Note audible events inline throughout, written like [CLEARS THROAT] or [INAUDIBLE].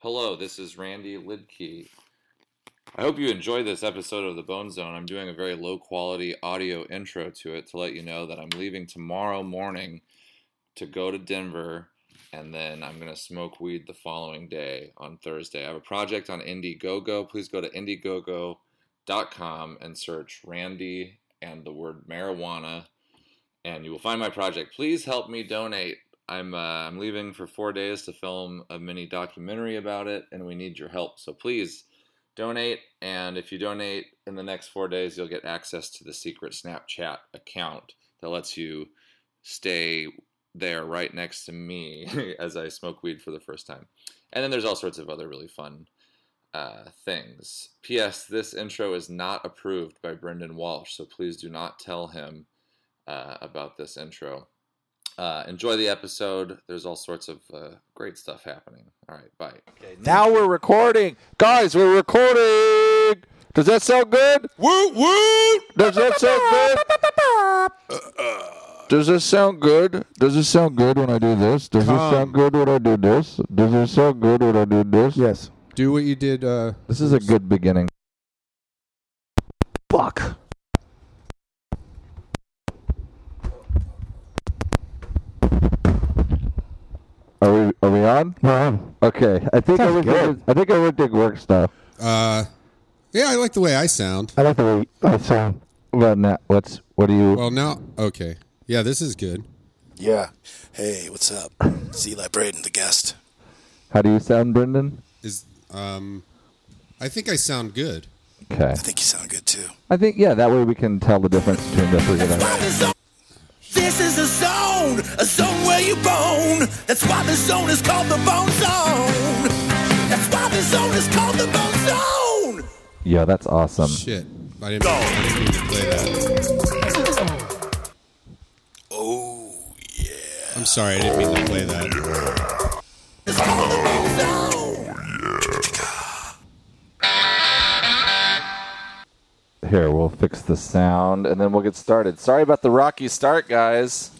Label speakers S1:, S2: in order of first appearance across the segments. S1: Hello, this is Randy Lidkey. I hope you enjoy this episode of The Bone Zone. I'm doing a very low quality audio intro to it to let you know that I'm leaving tomorrow morning to go to Denver and then I'm going to smoke weed the following day on Thursday. I have a project on Indiegogo. Please go to indiegogo.com and search Randy and the word marijuana and you will find my project. Please help me donate. I'm uh, I'm leaving for four days to film a mini documentary about it, and we need your help. So please donate, and if you donate in the next four days, you'll get access to the secret Snapchat account that lets you stay there right next to me [LAUGHS] as I smoke weed for the first time. And then there's all sorts of other really fun uh, things. P.S. This intro is not approved by Brendan Walsh, so please do not tell him uh, about this intro. Uh, enjoy the episode. There's all sorts of uh, great stuff happening. All right, bye.
S2: Now we're recording. Guys, we're recording. Does that sound good?
S3: Woot woot!
S2: Does that sound good? Does this sound good? Does it sound good when I do this? Does it sound good when I do this? Does it sound good when I do this? Yes.
S3: Do what you did. Uh,
S2: This is a good beginning. Fuck. Are we are we on? We're on. Okay. I think everything is- I think everything works now.
S3: uh, yeah, I like the way I sound.
S2: I like the way I sound. Well, now what's what do you?
S3: Well, now, okay, yeah, this is good.
S4: Yeah. Hey, what's up? It's Eli Braden, the guest.
S2: how do you sound, Brendan?
S3: Is um, I think I sound good.
S2: Okay,
S4: I think you sound good too.
S2: I think yeah. That way we can tell the difference between the three of them.
S5: This is a zone, a zone where you bone. That's why the zone is called the bone zone. That's why the zone is called the bone zone.
S2: Yeah, that's awesome.
S3: Shit, I didn't. I didn't mean to play that.
S4: Oh,
S3: I'm sorry, I didn't mean to play that.
S5: It's called the bone zone.
S2: Here, we'll fix the sound and then we'll get started. Sorry about the rocky start, guys.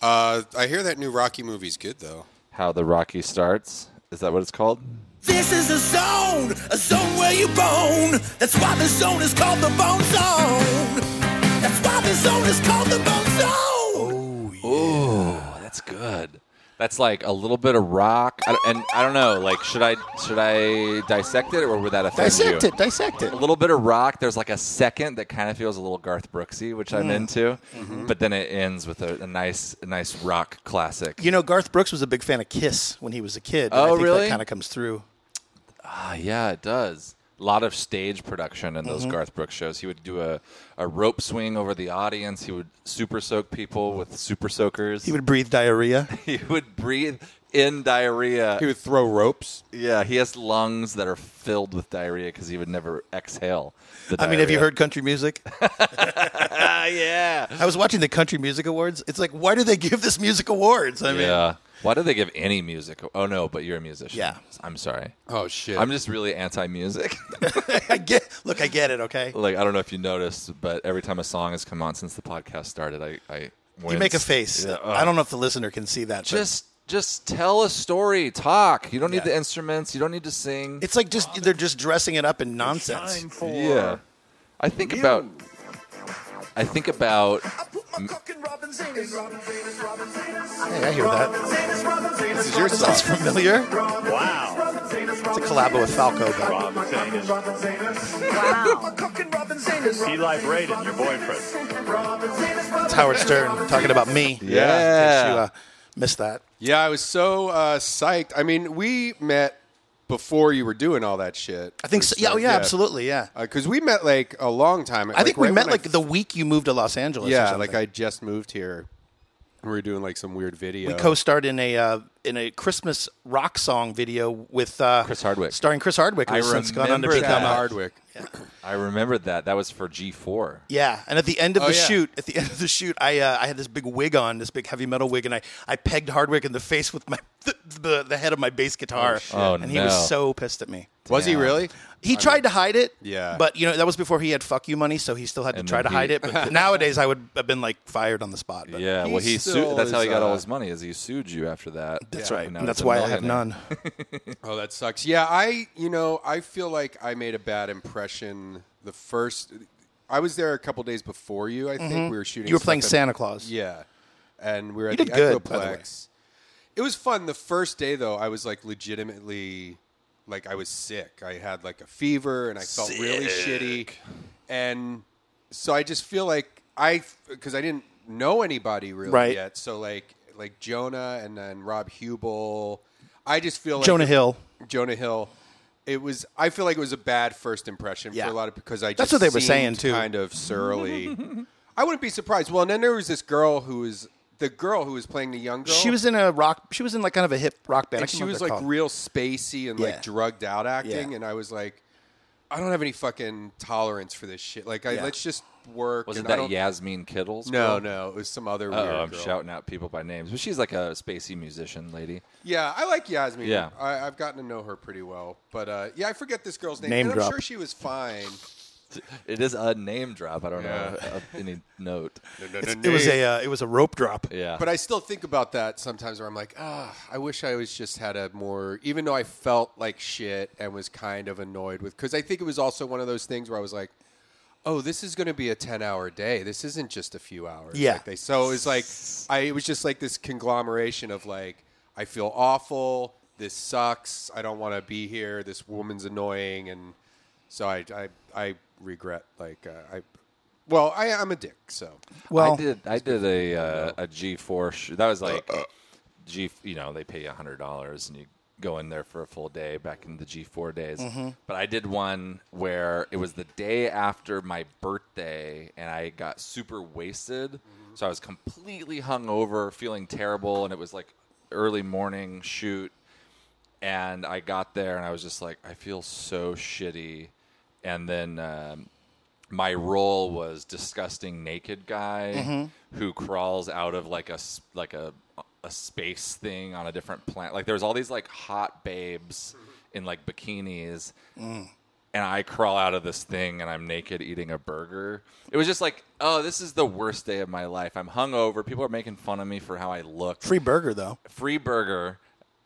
S3: Uh, I hear that new Rocky movie's good though.
S2: How the rocky starts? Is that what it's called?
S5: This is a zone, a zone where you bone. That's why the zone is called the bone zone. That's why the zone is called the bone zone.
S6: Oh, that's good. That's like a little bit of rock, I don't- and I don't know. Like, should I should I dissect it, or would that offend you?
S4: Dissect it, dissect it.
S6: A little bit of rock. There's like a second that kind of feels a little Garth Brooksy, which
S4: Mm.
S6: I'm into,
S4: Mm-hmm.
S6: but then it ends with a, a nice a nice rock classic.
S4: You know, Garth Brooks was a big fan of Kiss when he was a kid. and
S6: Oh,
S4: I think
S6: really?
S4: That kind of comes through.
S6: Ah, yeah, it does. A lot of stage production in those
S4: Mm-hmm.
S6: Garth Brooks shows. He would do a, a rope swing over the audience. He would super soak people with super soakers.
S4: He would breathe diarrhea.
S6: [LAUGHS] he would breathe in diarrhea.
S3: He would throw ropes.
S6: Yeah, he has lungs that are filled with diarrhea because he would never exhale. The
S4: [LAUGHS] I mean, have you
S6: diarrhea.
S4: heard country music?
S6: Ah, [LAUGHS] yeah.
S4: I was watching the Country Music Awards. It's like, why do they give this music awards? I mean,
S6: yeah. Why do they give any music? Oh no, but you're a musician.
S4: Yeah.
S6: I'm sorry.
S3: Oh shit!
S6: I'm just really anti-music.
S4: [LAUGHS]
S6: [LAUGHS]
S4: I get. Look, I get it. Okay,
S6: like I don't know if you noticed, but every time a song has come on since the podcast started, I I
S4: you
S6: wince.
S4: make a face.
S6: Yeah,
S4: I don't know if the listener can see that. but
S6: Just just tell a story. Talk. You don't need
S4: Yeah.
S6: the instruments. You don't need to sing.
S4: it's like just they're just dressing it up in nonsense.
S6: yeah. I think about. I think about
S4: Hey, I hear that.
S7: This
S4: Is your sounds familiar? Wow. It's a collab with Falco. But
S7: Eli Braden, your boyfriend.
S4: It's Howard Stern talking about me.
S6: Yeah.
S4: In case you uh, missed that.
S3: yeah, I was so uh, psyched. I mean, we met before you were doing all that shit.
S4: I think so. Yeah, oh, yeah, absolutely. Yeah.
S3: Because we met like a long time.
S4: I think we met like
S3: the.
S4: the week you moved to Los Angeles. or
S3: Yeah,
S4: something.
S3: like I just moved here. and We were doing like some weird video.
S4: We co-starred in a uh, in a Christmas rock song video with uh,
S6: Chris Hardwick.
S4: starring Chris Hardwick, who's
S6: I
S4: since gone on to
S6: remember
S4: become
S6: that.
S4: a-
S3: Hardwick.
S6: I remembered that. That was for G four.
S4: Yeah, and at the end of
S3: Oh,
S4: the
S3: yeah.
S4: shoot, at the [LAUGHS] end of the shoot, I uh, I had this big wig on, this big heavy metal wig, and I, I [LAUGHS] pegged Hardwick in the face with my the, the, the head of my bass guitar,
S6: Oh,
S4: and he was
S6: no.
S4: so pissed at me.
S3: Was he really?
S4: He tried to hide it.
S3: Yeah.
S4: But you know that was before he had fuck you money, so he still had to
S6: And
S4: try to
S6: then he-
S4: hide it.
S6: [LAUGHS]
S4: But nowadays, I would have been like fired on the spot. But
S6: Yeah,
S3: He
S6: well, he
S3: still
S6: sued. That's how he
S3: is,
S6: got
S3: uh,
S6: all his money. Is he sued you after that?
S4: That's right.
S6: And now
S4: And that's
S6: he's a
S4: why I have
S6: millionaire.
S4: none.
S3: Oh, that sucks. Yeah, I you know I feel like I made a bad impression the first. I was there a couple days before you. I think we were shooting.
S4: You were
S3: stuff
S4: playing
S3: at-
S4: Santa Claus.
S3: Yeah, and we were at
S4: You
S3: the
S4: did good, by the way.
S3: Echoplex. It was fun. The first day though, I was like legitimately like I was sick. I had like a fever and I felt really shitty. And so I just feel like I because I didn't know anybody really
S4: Right.
S3: yet. So like like Jonah and then Rob Hubel. I just feel like
S4: Jonah Hill.
S3: Jonah Hill. It was. I feel like it was a bad first impression
S4: Yeah.
S3: for a lot of because I. Just
S4: That's what they were
S3: seemed
S4: saying, too.
S3: Kind of surly. I wouldn't be surprised. Well, and then there was this girl who was the girl who was playing the young girl.
S4: She was in a rock. She was in like kind of a hip rock band. I
S3: and
S4: can't
S3: she
S4: remember
S3: was
S4: what
S3: like
S4: they're called.
S3: real spacey and
S4: Yeah.
S3: like drugged out acting,
S4: Yeah.
S3: and I was like, I don't have any fucking tolerance for this shit. Like, I,
S4: Yeah.
S3: let's just work.
S6: Wasn't
S3: and I
S6: that
S3: don't-
S6: Yasmin Kittles?
S3: No, no, it was some other
S6: Oh,
S3: weird
S6: I'm
S3: girl.
S6: shouting out people by names, but she's like a spacey musician lady.
S3: Yeah, I like Yasmin.
S6: Yeah.
S3: I, I've gotten to know her pretty well, but uh, yeah, I forget this girl's name.
S4: Name
S3: and I'm
S4: drop.
S3: sure she was fine.
S6: It is a name drop. I don't know
S3: Yeah.
S6: of any note.
S4: It was a uh, it was a rope drop.
S6: Yeah,
S3: But I still think about that sometimes where I'm like, ah, I wish I was just had a more, even though I felt like shit and was kind of annoyed with, because I think it was also one of those things where I was like, oh, this is going to be a 10 hour day. This isn't just a few hours.
S4: Yeah.
S3: Like they, so it was like, I, it was just like this conglomeration of like, I feel awful. This sucks. I don't want to be here. This woman's annoying. And so I, I, I regret, like, uh, I, well, I, I'm a dick, so.
S4: Well,
S6: I did. I did a uh, a G four. Sh- that was like G. You know, they pay you hundred dollars and you go in there for a full day. Back in the G four days, but I did one where it was the day after my birthday, and I got super wasted. So I was completely hungover, feeling terrible, and it was like early morning shoot and I got there and I was just like, I feel so shitty. And then um, my role was disgusting naked guy who crawls out of like a s- like a a space thing on a different planet. Like there's all these like hot babes in like bikinis. And I crawl out of this thing and I'm naked eating a burger. It was just like, oh, this is the worst day of my life. I'm hungover. People are making fun of me for how I look
S4: free burger though.
S6: free burger.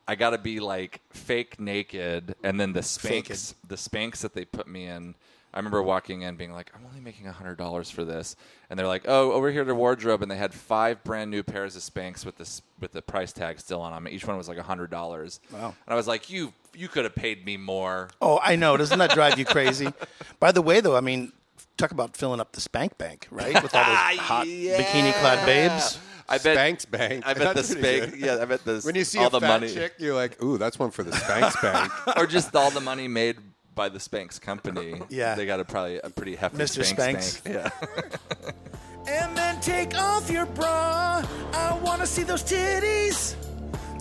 S6: I got to be like fake naked, and then the Spanx,
S4: Faked.
S6: the Spanx that they put me in. I remember walking in, being like, "I'm only making hundred dollars for this," and they're like, "Oh, over here to wardrobe," and they had five brand new pairs of Spanx with this with the price tag still on them. Each one was like hundred dollars. Wow! And I was like, "You you could have paid me more."
S4: Oh, I know. Doesn't that drive you
S3: [LAUGHS]
S4: crazy? By the way, though, I mean, talk about filling up the spank bank, right? With all
S3: [LAUGHS]
S4: those hot bikini-clad babes.
S6: I bet
S3: Spanx bank. [LAUGHS]
S6: I bet
S3: That's
S6: the
S3: pretty
S6: Spanx.
S3: good.
S6: Yeah, I bet the
S3: When you see
S6: all
S3: a
S6: the
S3: fat
S6: money
S3: chick, you're like, "Ooh, that's one for the
S4: [LAUGHS]
S3: Spanx Bank."
S6: [LAUGHS] or just all the money made by the Spanx company.
S4: Yeah.
S6: they got a probably a pretty hefty
S4: Mr.
S6: Spanx.
S4: Spanx.
S6: bank. Yeah.
S5: [LAUGHS] And then take off your bra. I wanna see those titties.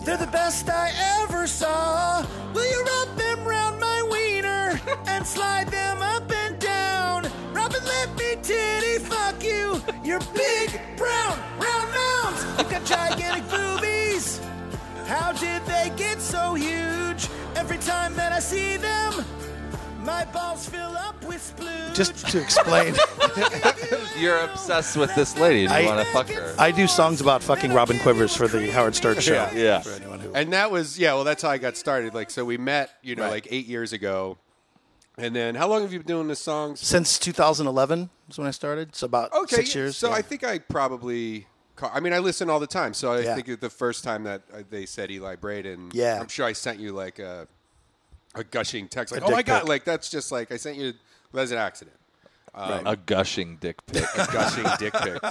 S5: They're the best I ever saw. Will you wrap them round my wiener and slide them up and down? Robin, let me titty fuck you. Your big brown round mounds. You've got gigantic boobies. How did they get so huge? Every time that I see them, my balls fill up with splooge.
S4: Just to
S5: [LAUGHS]
S4: explain,
S6: You're obsessed with this lady. Do
S4: I-
S6: you want to fuck her?
S4: I do songs about fucking Robin Quivers for the Howard Stern show.
S3: Yeah,
S6: yeah.
S4: For anyone who
S3: and that was yeah. Well, that's how I got started. Like, so we met, you know, like eight years ago, and then how long have you been doing the songs?
S4: since 2011 is when I started. So about
S3: Okay,
S4: six
S3: yeah,
S4: years.
S3: So
S4: yeah.
S3: I think I probably. ca- I mean, I listen all the time. So I
S4: Yeah.
S3: think the first time that uh, they said Eli Braden,
S4: Yeah.
S3: I'm sure I sent you like a, a gushing text, like,
S4: A
S3: "Oh my
S4: dick
S3: god!"
S4: pic.
S3: Like that's just like I sent you. That was an accident.
S6: a gushing dick pic.
S3: gushing dick
S4: [LAUGHS]
S3: pic.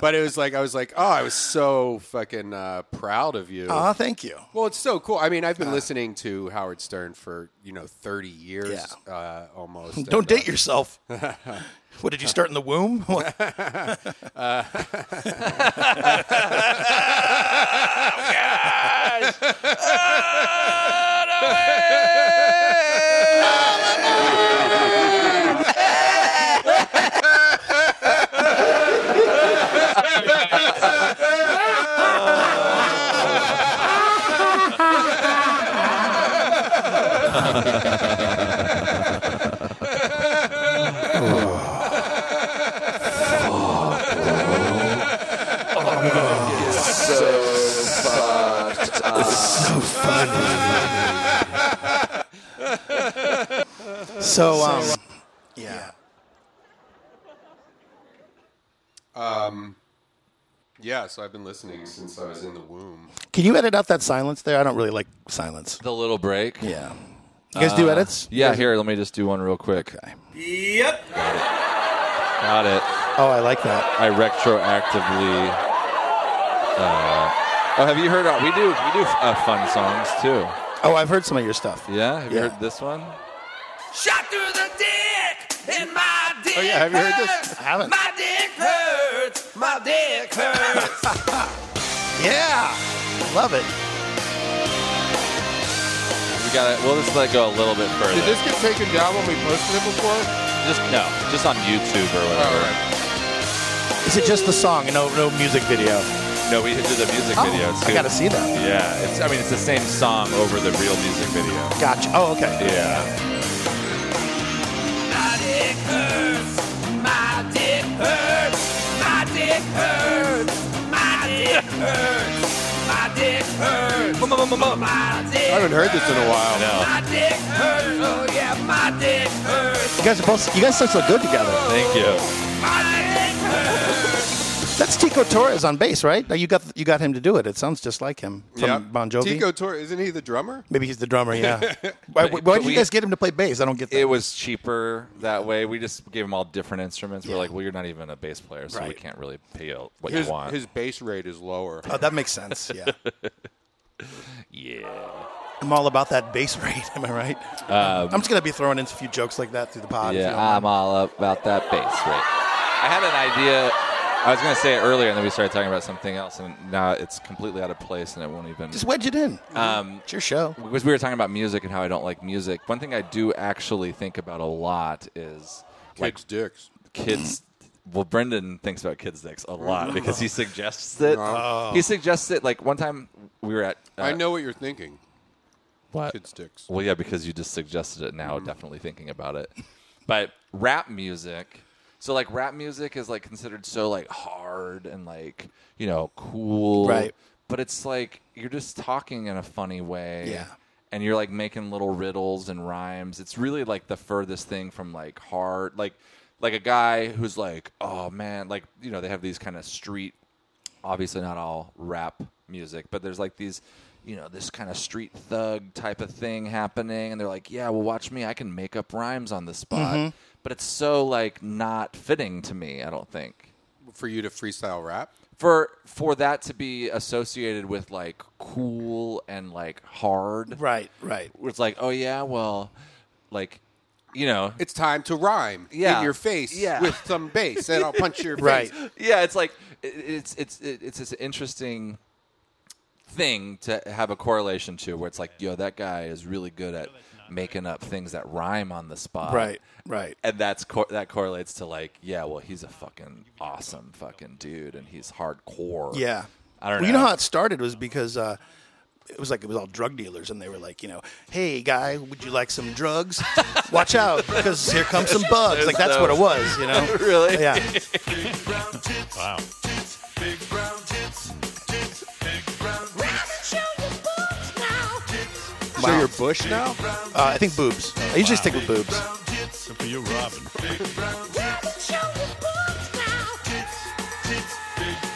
S3: But it was like I was like, oh, I was so fucking uh, proud of you.
S4: Aw, Uh-huh, thank you.
S3: Well, it's so cool. I mean,
S4: Uh,
S3: I've been listening to Howard Stern for you know thirty years
S4: Yeah.
S3: uh, almost. And,
S4: Don't date
S3: uh,
S4: yourself. what did you start in the womb? What? So, um, yeah.
S3: Yeah, so I've been listening since I was in the womb.
S4: Can you edit out that silence there? I don't really like silence.
S6: [LAUGHS] The little break.
S4: Yeah. You guys do edits?
S6: Yeah, here, let me just do one real quick.
S5: Yep.
S6: Got it.
S4: Oh, I like that.
S6: I retroactively. Uh, oh, have you heard? Our, we do we do uh, fun songs too.
S4: Oh, I've heard some of your stuff.
S6: Yeah, have you
S4: Yeah.
S6: heard this one?
S5: Shot through the dick and my dick. Oh
S3: yeah, have you heard this?
S5: hurts.
S4: I haven't.
S5: My dick hurts. My dick hurts.
S4: [LAUGHS] Yeah. Love it.
S6: We got to We'll just let go a little bit further.
S3: Did this get taken down when we posted it before? Oh,
S6: just no, just on YouTube or whatever.
S4: Is it just the song and no no music video?
S6: No, we did the music video
S4: Oh,
S6: too.
S4: I gotta see that.
S6: Yeah, it's. I mean, it's the same song over the real music video.
S4: Gotcha. Oh, okay.
S6: Yeah.
S5: My dick hurts. My dick hurts. My dick hurts. My dick hurts. My dick hurts. My dick.
S3: I haven't heard this in a while.
S6: No.
S5: My dick hurts. Oh yeah, my dick hurts.
S4: You guys are both. You guys sound so good together.
S6: Thank you.
S5: My dick hurts.
S4: That's Tico Torres on bass, right? Now you got you got him to do it. It sounds just like him from
S3: Yeah.
S4: Bon Jovi.
S3: Tico Torre, isn't he the drummer?
S4: Maybe he's the drummer. Yeah. why, why,
S6: but
S4: did you
S6: we-
S4: guys get him to play bass? I don't get that.
S6: It was cheaper that way. We just gave them all different instruments. We're like, well, you're not even a bass player, so we
S4: Right.
S6: can't really pay you what
S3: His,
S6: you want.
S3: his bass rate is lower.
S4: oh, that makes sense. Yeah.
S6: yeah.
S4: I'm all about that bass rate. [LAUGHS] Am I right? I'm just gonna be throwing in a few jokes like that through the pod. if you
S6: Yeah,
S4: don't mind.
S6: I'm all about that bass rate. I had an idea. I was going to say it earlier, and then we started talking about something else, and now it's completely out of place, and it won't even.
S4: Just wedge it in.
S6: Um,
S4: it's your show.
S6: because we were talking about music and how I don't like music. One thing I do actually think about a lot is like
S3: Kids' dicks.
S6: kids. Well, Brendan thinks about kids' dicks a lot because he suggests
S3: [LAUGHS]
S6: it. He suggests it. Like one time we were at. uh,
S3: Oh. I know what you're thinking.
S6: What?
S3: Kids' dicks.
S6: Well, yeah, because you just suggested it
S4: Mm-hmm.
S6: now, definitely thinking about it. But rap music, so like rap music is like considered so like hard and like, you know, cool.
S4: Right.
S6: But it's like you're just talking in a funny way.
S4: Yeah.
S6: And you're like making little riddles and rhymes. It's really like the furthest thing from like hard like like a guy who's like, "Oh man, like, you know, they have these kind of street obviously not all rap music, but there's like these, you know, this kind of street thug type of thing happening, and they're like, yeah, well, watch me, I can make up rhymes on the spot. But it's so like not fitting to me. I don't think
S3: For you to freestyle rap?
S6: for for that to be associated with like cool and like hard.
S4: Right. Right.
S6: where It's like, oh yeah, well, like, you know,
S3: It's time to rhyme
S6: Yeah.
S3: in your face
S6: Yeah.
S3: with some bass, and I'll punch
S4: [LAUGHS]
S3: your
S4: Right.
S3: face.
S6: yeah, it's like it- it's it's it- it's this interesting thing to have a correlation to where it's like, yo, that guy is really good at making up things that rhyme on the spot,
S4: Right. Right.
S6: And that's cor- that correlates to like, yeah, well, he's a fucking awesome fucking dude, and he's hardcore.
S4: Yeah.
S6: I don't
S4: Well,
S6: know.
S4: you know how it started was because uh, it was like it was all drug dealers, and they were like, you know, hey guy, would you like some drugs? Watch out, because here comes some bugs. like that's what it was, you know.
S6: [LAUGHS] Really?
S4: Yeah.
S3: So you're Bush now?
S4: Uh, I think boobs. I usually stick with boobs.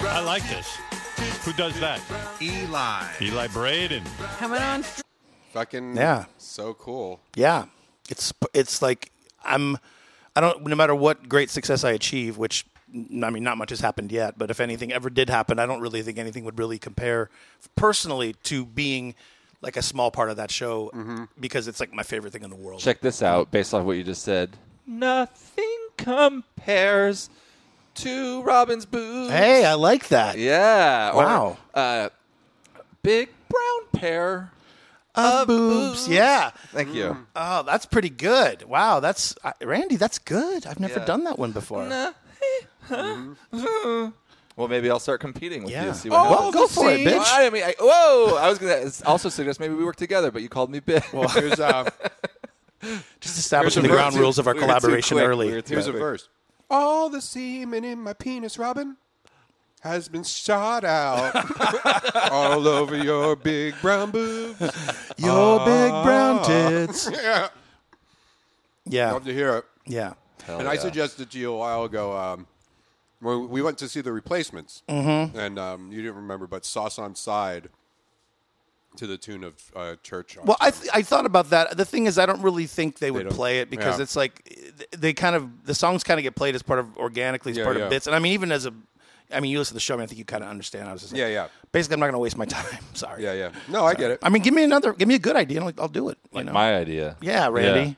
S8: I like this. Who does that?
S5: Eli.
S8: Eli Braden.
S3: Fucking
S4: Yeah.
S3: So cool.
S4: Yeah, it's it's like I'm. I don't. No matter what great success I achieve, which n- I mean, not much has happened yet. But if anything ever did happen, I don't really think anything would really compare personally to being like a small part of that show
S6: Mm-hmm.
S4: because it's like my favorite thing in the world.
S6: Check this out, based off what you just said. Nothing compares to Robin's boobs.
S4: Hey, I like that.
S6: Yeah. or,
S4: Wow.
S6: uh, big brown pair.
S4: Uh, boobs. Yeah.
S6: Thank you.
S4: Oh, that's pretty good. Wow, that's I Randy. That's good. I've never
S6: Yeah.
S4: done that one before.
S6: Well, maybe I'll start competing with you.
S4: Yeah.
S6: and See what happens.
S4: well, go for it,
S6: Well,
S4: bitch.
S6: Oh. I mean, I, whoa! I was gonna also suggest maybe we work together, but you called me bitch.
S3: Here's,
S4: [LAUGHS]
S3: uh,
S4: Just
S3: We
S4: establishing
S3: were
S4: the
S3: too-
S4: ground rules of our
S6: we were too
S4: collaboration
S6: quick.
S4: early.
S6: We were too
S3: here's a
S6: quick.
S3: verse. All the semen in my penis, Robin, has been shot out [LAUGHS] all over your big brown boobs.
S4: Oh,
S6: Ah.
S4: Your big brown tits.
S3: Yeah.
S4: Yeah.
S3: Love to hear it.
S4: Yeah.
S6: Hell
S3: and I
S6: yeah.
S3: suggested to you a while ago. Um, when we went to see the replacements,
S4: Mm-hmm.
S3: and um, you didn't remember, but "Sauce on Side" to the tune of uh, Church. On
S4: Well, I, th- I thought about that. The thing is, I don't really think they would
S3: don't-
S4: play it because
S3: yeah.
S4: it's like th- they kind of the songs kind of get played as part of organically as
S3: Yeah,
S4: part
S3: yeah.
S4: of bits. And I mean, even as a, I mean, you listen to the show, I, mean, I think you kind of understand. I was just like,
S3: Yeah, yeah.
S4: Basically, I'm not going to waste my [LAUGHS] time. Sorry.
S3: yeah, yeah. No, I get it.
S4: I mean, give me another, give me a good idea, and I'll, I'll do it. you know?
S6: My idea.
S4: yeah, Randy.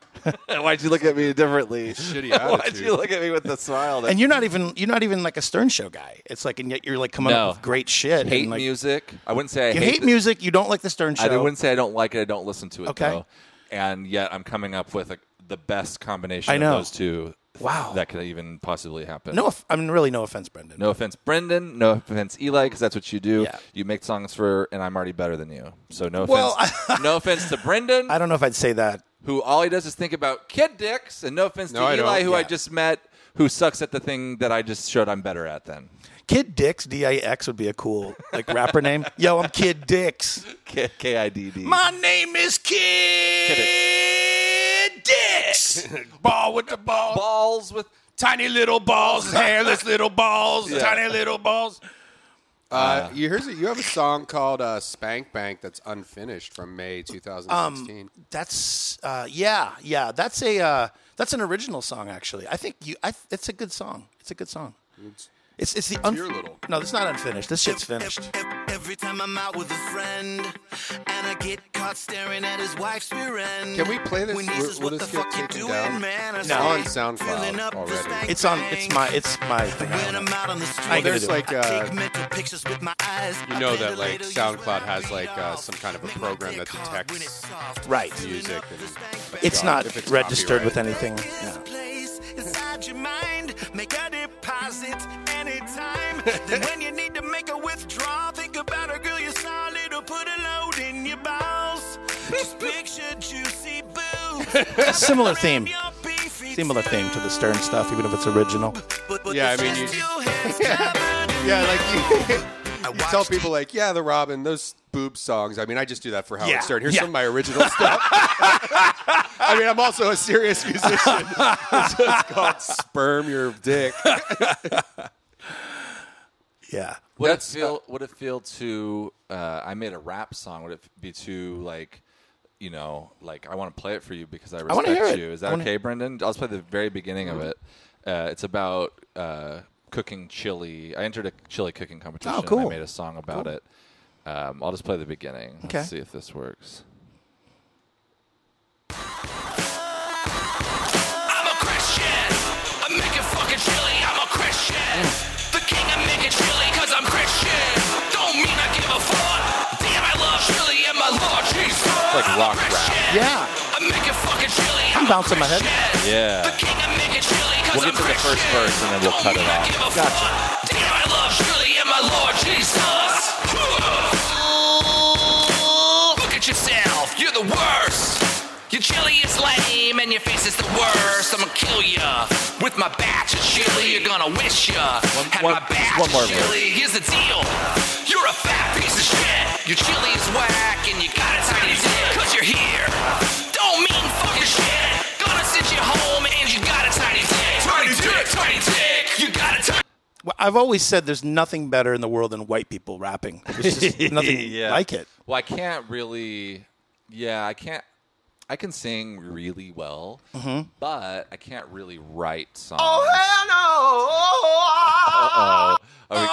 S6: Why'd you look at me differently? [LAUGHS]
S3: Shitty
S6: Why'd
S3: attitude.
S6: you look at me with the smile? That
S4: And you're not even, you're not even like a Stern Show guy. It's like, and yet you're like coming
S6: No.
S4: up with great shit.
S6: hate
S4: and like,
S6: music. I wouldn't say I
S4: You
S6: hate,
S4: hate,
S6: the-
S4: music. You don't like the Stern Show.
S6: I wouldn't say I don't like it. I don't listen to it
S4: Okay.
S6: though. And yet I'm coming up with a, the best combination
S4: I know.
S6: of those two.
S4: Wow.
S6: That could even possibly happen.
S4: No, off- I mean, really, no offense, Brendan.
S6: No offense, Brendan. No offense, Eli, because that's what you do.
S4: Yeah.
S6: You make songs for, and I'm already better than you. So no offense.
S4: Well,
S6: no offense to Brendan,
S4: I don't know if I'd say that.
S6: who all he does is think about kid dicks, and no offense
S3: No, I
S6: to Eli,
S3: don't.
S6: who I
S3: Yeah.
S6: just met, who sucks at the thing that I just showed I'm better at. Then
S4: Kid Dix, D I X would be a cool like rapper name. Yo, I'm Kid Dix.
S6: K I D D.
S4: My name is Kid Dix. [LAUGHS]
S3: ball with the ball,
S6: balls with
S3: tiny little [LAUGHS] balls, hairless little balls, tiny little balls. Uh, you, here's a, you have a song called uh, "Spank Bank" that's unfinished from May 2016.
S4: That's uh, yeah, yeah. That's a uh, that's an original song actually. I think you. I, it's a good song. It's a good song. It's it's the unf-
S3: your little-
S4: no. It's not unfinished. This shit's finished.
S5: Ev- ev- Every time I'm out with a friend, and I get caught staring at his wife's rear end.
S3: Can we play this?
S5: When he
S3: Will-
S5: says,
S3: will
S5: "What
S3: this
S5: the
S3: get
S5: fuck you
S3: taken
S5: doing,
S3: down?
S5: man?" I
S4: No.
S5: say,
S3: On SoundCloud
S5: "Filling up the
S3: already.
S5: spank
S4: It's on. It's
S5: bank.
S4: my. It's my thing.
S5: When I'm out on the street,
S4: ain't gonna There's do it.
S3: like,
S5: I
S3: uh,
S5: take mental pictures with my eyes.
S3: you know that, like, SoundCloud has, like, uh, some kind of a program that detects
S4: Right.
S3: music and-
S4: It's
S3: God,
S4: not
S3: if it's
S4: registered
S3: copyrighted.
S4: with anything.
S5: This
S4: no.
S5: place inside your mind. Make a deposit
S4: [LAUGHS]
S5: anytime. then when you need to make a withdrawal, think about a girl you saw. It'll put a load in your balls. Just picture juicy
S4: [LAUGHS]
S5: boobs.
S4: Similar theme.
S5: Your beefy
S4: Similar theme to the Stern stuff, even if it's original.
S5: But, but
S3: Yeah, I
S5: this
S3: mean,
S5: is
S4: [LAUGHS]
S3: you-
S5: your hands covered in
S3: Yeah, like [LAUGHS] you,
S5: I
S3: you tell
S5: watched
S3: people like, yeah, the Robin, those boob songs. I mean, I just do that for Howard
S4: Yeah,
S3: Stern. Here's
S4: yeah.
S3: some of my original stuff. [LAUGHS] I mean, I'm also a serious musician. [LAUGHS] That's what it's called sperm your dick.
S4: Yeah.
S6: Would it
S4: uh,
S6: feel? would it feel to? Uh, I made a rap song. Would it be too like? You know, like I want to play it for you because I
S4: wanna
S6: respect
S4: hear it.
S6: you. Is
S4: I
S6: that
S4: wanna- Mm-hmm.
S6: okay, Brendan? I'll just play the very beginning of it. Uh, it's about uh, cooking chili. I entered a chili cooking competition. and
S4: Oh, cool.
S6: I made a song about it. Um, I'll just play the beginning. Let's
S4: Okay.
S6: see if this works.
S9: I'm a Christian. I'm making fucking chili. I'm a Christian. The king of making chili cause I'm Christian. Don't mean I give a fuck. Damn, I love chili and my Lord Jesus. It's
S6: like rock rap.
S4: Yeah.
S9: I'm making fucking chili.
S4: I'm bouncing my head.
S9: Christian.
S6: Yeah.
S9: The king of making chili cause
S6: We'll
S9: I'm
S6: get to the
S9: Christian.
S6: first verse and then we'll
S9: Don't
S6: cut it
S9: mean I
S6: off.
S9: give a fuck. Damn, I love chili and my Lord Jesus. Look at yourself. You're the worst. Your chili is lame and your face is the worst. I'ma kill ya with my batch of chili. You're gonna wish ya had
S6: one-
S9: my batch
S6: one more
S9: of chili. Here's the deal. You're a fat piece of shit. Your chili is whack and you got a tiny dick. Cause you're here. Don't mean fucking shit. Gonna send you home and you got a tiny dick. Tiny dick, tiny dick. You got a tiny
S4: Well, I've always said there's nothing better in the world than white people rapping. There's
S6: [LAUGHS]
S4: just nothing like it.
S6: Well, I can't really. Yeah, I can't. I can sing really well,
S4: Mm-hmm.
S6: but I can't really write songs. Oh hell no! Uh-oh. Are we-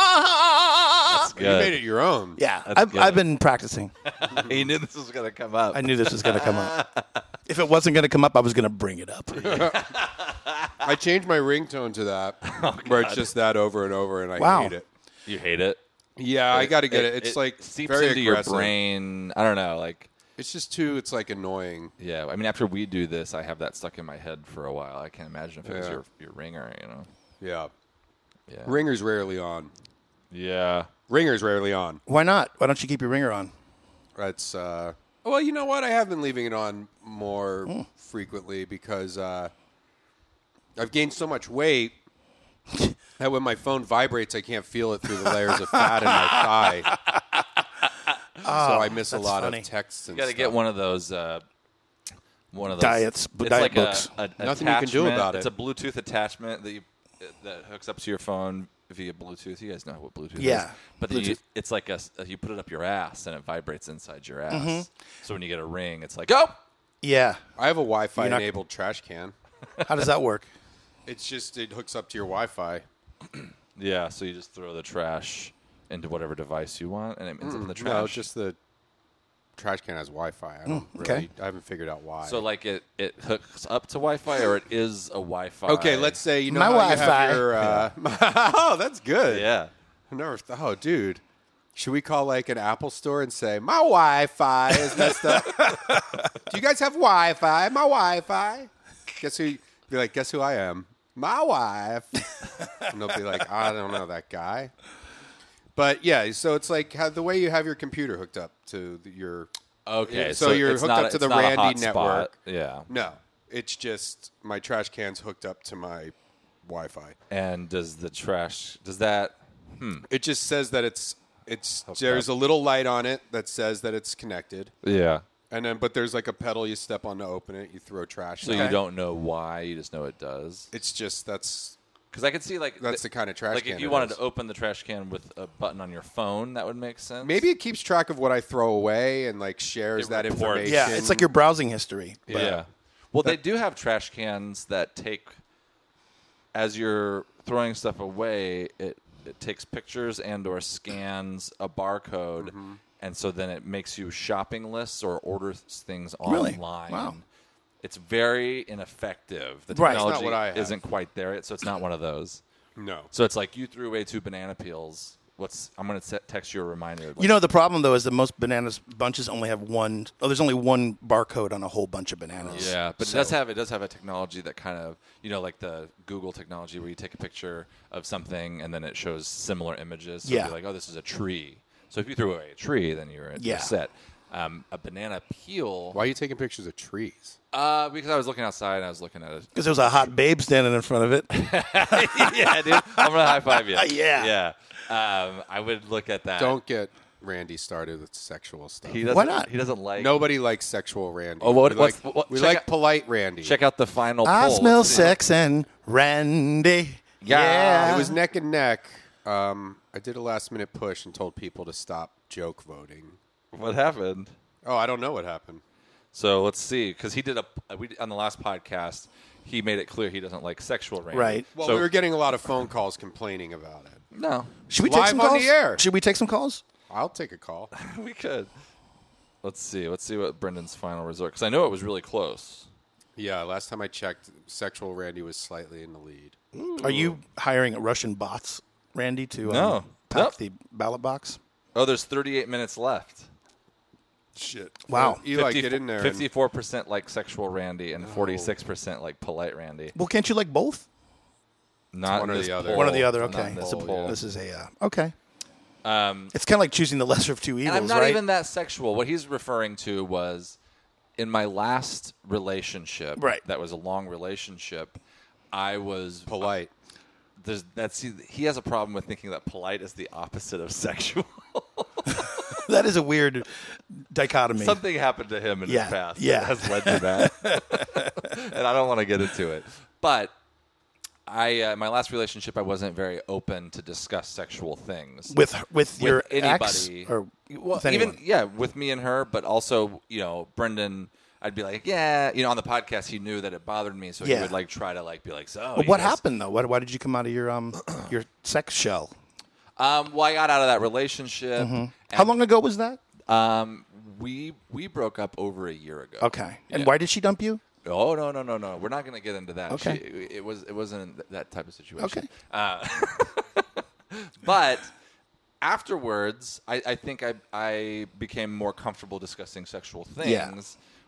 S6: That's
S3: You made it your own.
S4: Yeah.
S6: That's
S4: I've,
S6: good.
S4: I've been practicing.
S6: [LAUGHS] He knew this was gonna come up.
S4: I knew this was going to come up.
S6: [LAUGHS]
S4: If it wasn't going to come up, I was going to bring it up.
S3: I changed my ringtone
S6: [LAUGHS]
S3: to that, where it's just that over and over, and I
S4: Wow.
S3: hate it.
S6: Oh, you hate it.
S3: Yeah, I got to get it. It's like
S6: seeps
S3: very
S6: into
S3: aggressive.
S6: your brain. I don't know. Like,
S3: It's just too. It's like annoying.
S6: yeah. I mean, after we do this, I have that stuck in my head for a while. I can't imagine if it was
S3: Yeah.
S6: your your ringer. You know.
S3: Yeah.
S6: Yeah.
S3: Ringer's rarely on.
S6: Yeah.
S3: Ringer's rarely on.
S4: Why not? Why don't you keep your ringer on?
S3: That's uh, well, you know what? I have been leaving it on more
S4: Hmm.
S3: frequently because uh, I've gained so much
S4: [LAUGHS]
S3: weight
S4: [LAUGHS]
S6: [LAUGHS]
S3: that when my phone vibrates, I can't feel it through the layers of fat in my thigh. so I miss a
S4: Ah, that's
S3: lot
S4: funny.
S3: of texts. And
S6: You got to
S3: stuff.
S6: get one of those. Uh, one of those
S4: Diets-
S6: It's
S4: diet
S6: like
S4: books.
S6: A, a
S3: Nothing you can do
S6: attachment.
S3: about it.
S6: It's a Bluetooth attachment that you, that hooks up to your phone via Bluetooth. You guys know what Bluetooth is.
S4: Yeah.
S6: But then you,
S4: Bluetooth.
S6: it's like a you put it up your ass and it vibrates inside your ass.
S3: Mm-hmm.
S6: So when you get a ring, it's like "Oh, go.
S4: Yeah.
S3: I have a Wi-Fi
S4: You're not-
S3: enabled trash can.
S4: How does that work?
S3: It's just it hooks up to your Wi-Fi.
S6: Yeah. So you just throw the trash into whatever device you want, and it ends up in the trash.
S3: Mm, No, just the trash can has Wi-Fi. I don't
S4: Mm, okay.
S3: really. I haven't figured out why.
S6: so like it it hooks up to Wi-Fi or it is a Wi-Fi.
S3: okay, let's say you know
S4: My
S3: how you
S4: Wi-Fi.
S3: have your. Uh, [LAUGHS] oh, that's good.
S6: Yeah.
S3: I never. Th- oh, dude. Should we call like an Apple store and say my Wi-Fi is messed up? [LAUGHS] Do you guys have Wi-Fi? My Wi-Fi. Guess who? Be like, guess who I am? My wife. [LAUGHS] and they'll be like, I don't know that guy. But yeah, so it's like how, the way you have your computer hooked up to the, your.
S6: Okay.
S3: so, you're
S6: it's
S3: hooked
S6: not-
S3: up to
S6: it's
S3: the
S6: not a
S3: Randy
S6: hotspot.
S3: network.
S6: Yeah.
S3: No, it's just my trash can's hooked up to my Wi-Fi.
S6: And does the trash does that
S3: It just says that it's it's there's a little light on it that says that it's connected,
S6: Yeah.
S3: and then but there's like a pedal you step on to open it. You throw trash.
S6: So
S3: in
S6: you
S3: it.
S6: don't know why, you just know it does.
S3: It's just that's
S6: Because I could see like
S3: That's the kind of trash
S6: Like
S3: can
S6: if you
S3: it
S6: wanted
S3: is.
S6: to open the trash can with a button on your phone, that would make sense.
S3: maybe it keeps track of what I throw away and like shares
S6: It
S3: that
S6: reports.
S3: information.
S4: Yeah, it's like your browsing history.
S6: Yeah. Well, they do have trash cans that take as you're throwing stuff away. It it takes pictures and or scans a barcode,
S4: Mm-hmm.
S6: and so then it makes you shopping lists or orders things
S4: Really?
S6: online.
S4: Wow.
S6: It's very ineffective. The
S4: Right. It's not
S6: technology
S3: what I have.
S6: isn't quite there yet, so it's not one of those.
S3: no.
S6: So it's like you threw away two banana peels. What's I'm going to text you a reminder. of, Like,
S4: You know the problem though is that most bananas bunches only have one oh there's only one barcode on a whole bunch of bananas.
S6: Yeah, but it does have it does have a technology that kind of you know like the Google technology where you take a picture of something and then it shows similar images. So it'll
S4: Yeah.
S6: be like oh, this is a tree. So if you threw away a tree, then you're,
S4: Yeah.
S6: you're set. Um, a banana peel.
S3: Why are you taking pictures of trees?
S6: Uh, because I was looking outside and I was
S4: [LAUGHS]
S6: looking at it. [LAUGHS]
S4: Because there was a hot babe standing in front of it.
S6: yeah, dude, I'm gonna high five you.
S4: [LAUGHS] Yeah.
S6: yeah. Um, I would look at that.
S3: Don't get Randy started with sexual stuff.
S6: He doesn't,
S4: Why not?
S6: He doesn't like.
S3: Nobody likes sexual Randy.
S6: Oh, what-
S3: we
S6: what's-
S3: like,
S6: what-
S3: we
S6: check
S3: like
S6: out-
S3: polite Randy.
S6: Check out the final.
S4: I
S6: poll.
S4: smell
S6: It's-
S4: sex and Randy.
S6: Yeah.
S3: It was neck and neck. Um, I did a last minute push and told people to stop joke voting.
S6: What happened?
S3: Oh, I don't know what happened.
S6: So let's see, because he did a we on the last podcast, he made it clear he doesn't like sexual rape.
S4: Right.
S3: Well,
S6: So-
S3: we were getting a lot of phone calls complaining about it.
S6: [LAUGHS] No,
S4: Should we
S3: Live
S4: take some
S3: on
S4: calls?
S3: the air.
S4: Should we take some calls?
S3: I'll take a call.
S6: we could. Let's see. Let's see what Brendan's final resort. Because I know it was really close.
S3: yeah, last time I checked, sexual Randy was slightly in the lead.
S4: Are you hiring Russian bots, Randy, to um,
S6: No.
S4: pack
S6: Nope.
S4: the ballot box?
S6: Oh, there's 38 minutes left.
S3: Shit.
S4: Wow.
S3: Eli, get in there. and- Oh.
S6: 54% like sexual Randy and 46% like polite Randy.
S4: Well, can't you like both?
S6: Not
S3: one
S6: in
S3: or
S6: this
S3: the other.
S6: poll.
S4: One or the other.
S6: Not
S4: Okay.
S6: in
S4: It's
S6: this
S4: a-
S6: poll.
S4: This is a uh, okay. Um, it's kind of like choosing the lesser of two evils,
S6: And I'm not
S4: right? [LAUGHS]
S6: even that sexual. What he's referring to was in my last relationship,
S4: Right.
S6: that was a long relationship, I was Uh,
S3: polite.
S6: there's that's he has a problem with thinking that polite is the opposite of [LAUGHS] sexual.
S4: that is a weird dichotomy.
S6: Something happened to him in
S4: Yeah,
S6: his past
S4: yeah.
S6: that has led to
S4: [LAUGHS]
S6: that, [LAUGHS] and I don't want to get into it. But I, uh, my last relationship, I wasn't very open to discuss sexual things
S4: with with, your ex
S6: anybody
S4: or
S6: well,
S4: with anyone.
S6: even yeah, with me and her, but also you know Brendan. I'd be like, yeah, you know, on the podcast, he knew that it bothered me, so
S4: Yeah.
S6: he would like try to like be like, so.
S4: But
S6: you
S4: what
S6: guys-
S4: happened though? Why, why did you come out of your
S6: [CLEARS THROAT]
S4: um your sex shell?
S6: Um, well, I got out of that relationship.
S4: Mm-hmm. How long ago was that?
S6: Um, we we broke up over a year ago.
S4: Okay. And
S6: Yeah.
S4: why did she dump you?
S6: Oh no no no no! We're not going to get into that.
S4: Okay.
S6: She- it was it wasn't th- that type of situation.
S4: Okay.
S6: Uh, [LAUGHS] but afterwards, I, I think I I became more comfortable discussing sexual things,
S4: Yeah.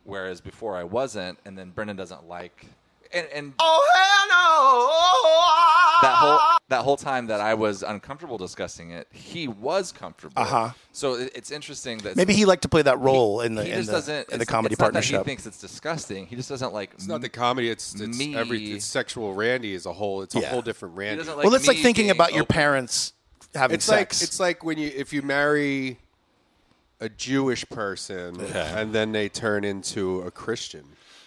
S6: whereas before I wasn't. And then Brendan doesn't like and and
S4: Ah!
S6: that whole that whole time that I was uncomfortable discussing it, he was comfortable.
S4: Uh-huh.
S6: So it, it's interesting that
S4: Maybe he liked to play that role in the
S6: he
S4: in
S6: just
S4: the,
S6: doesn't
S4: in the
S6: it's-
S4: comedy
S6: it's not that
S4: partnership.
S6: he thinks it's disgusting. He just doesn't like.
S3: It's not the comedy. It's it's
S6: Me.
S3: every it's sexual Randy is a whole. It's a
S4: Yeah.
S3: whole different Randy.
S6: doesn't
S4: well, that's like
S6: me
S4: thinking
S6: being
S4: about your
S6: open.
S4: parents having
S3: it's
S4: sex.
S3: like it's like when you if you marry a Jewish person, and then they turn into a Christian.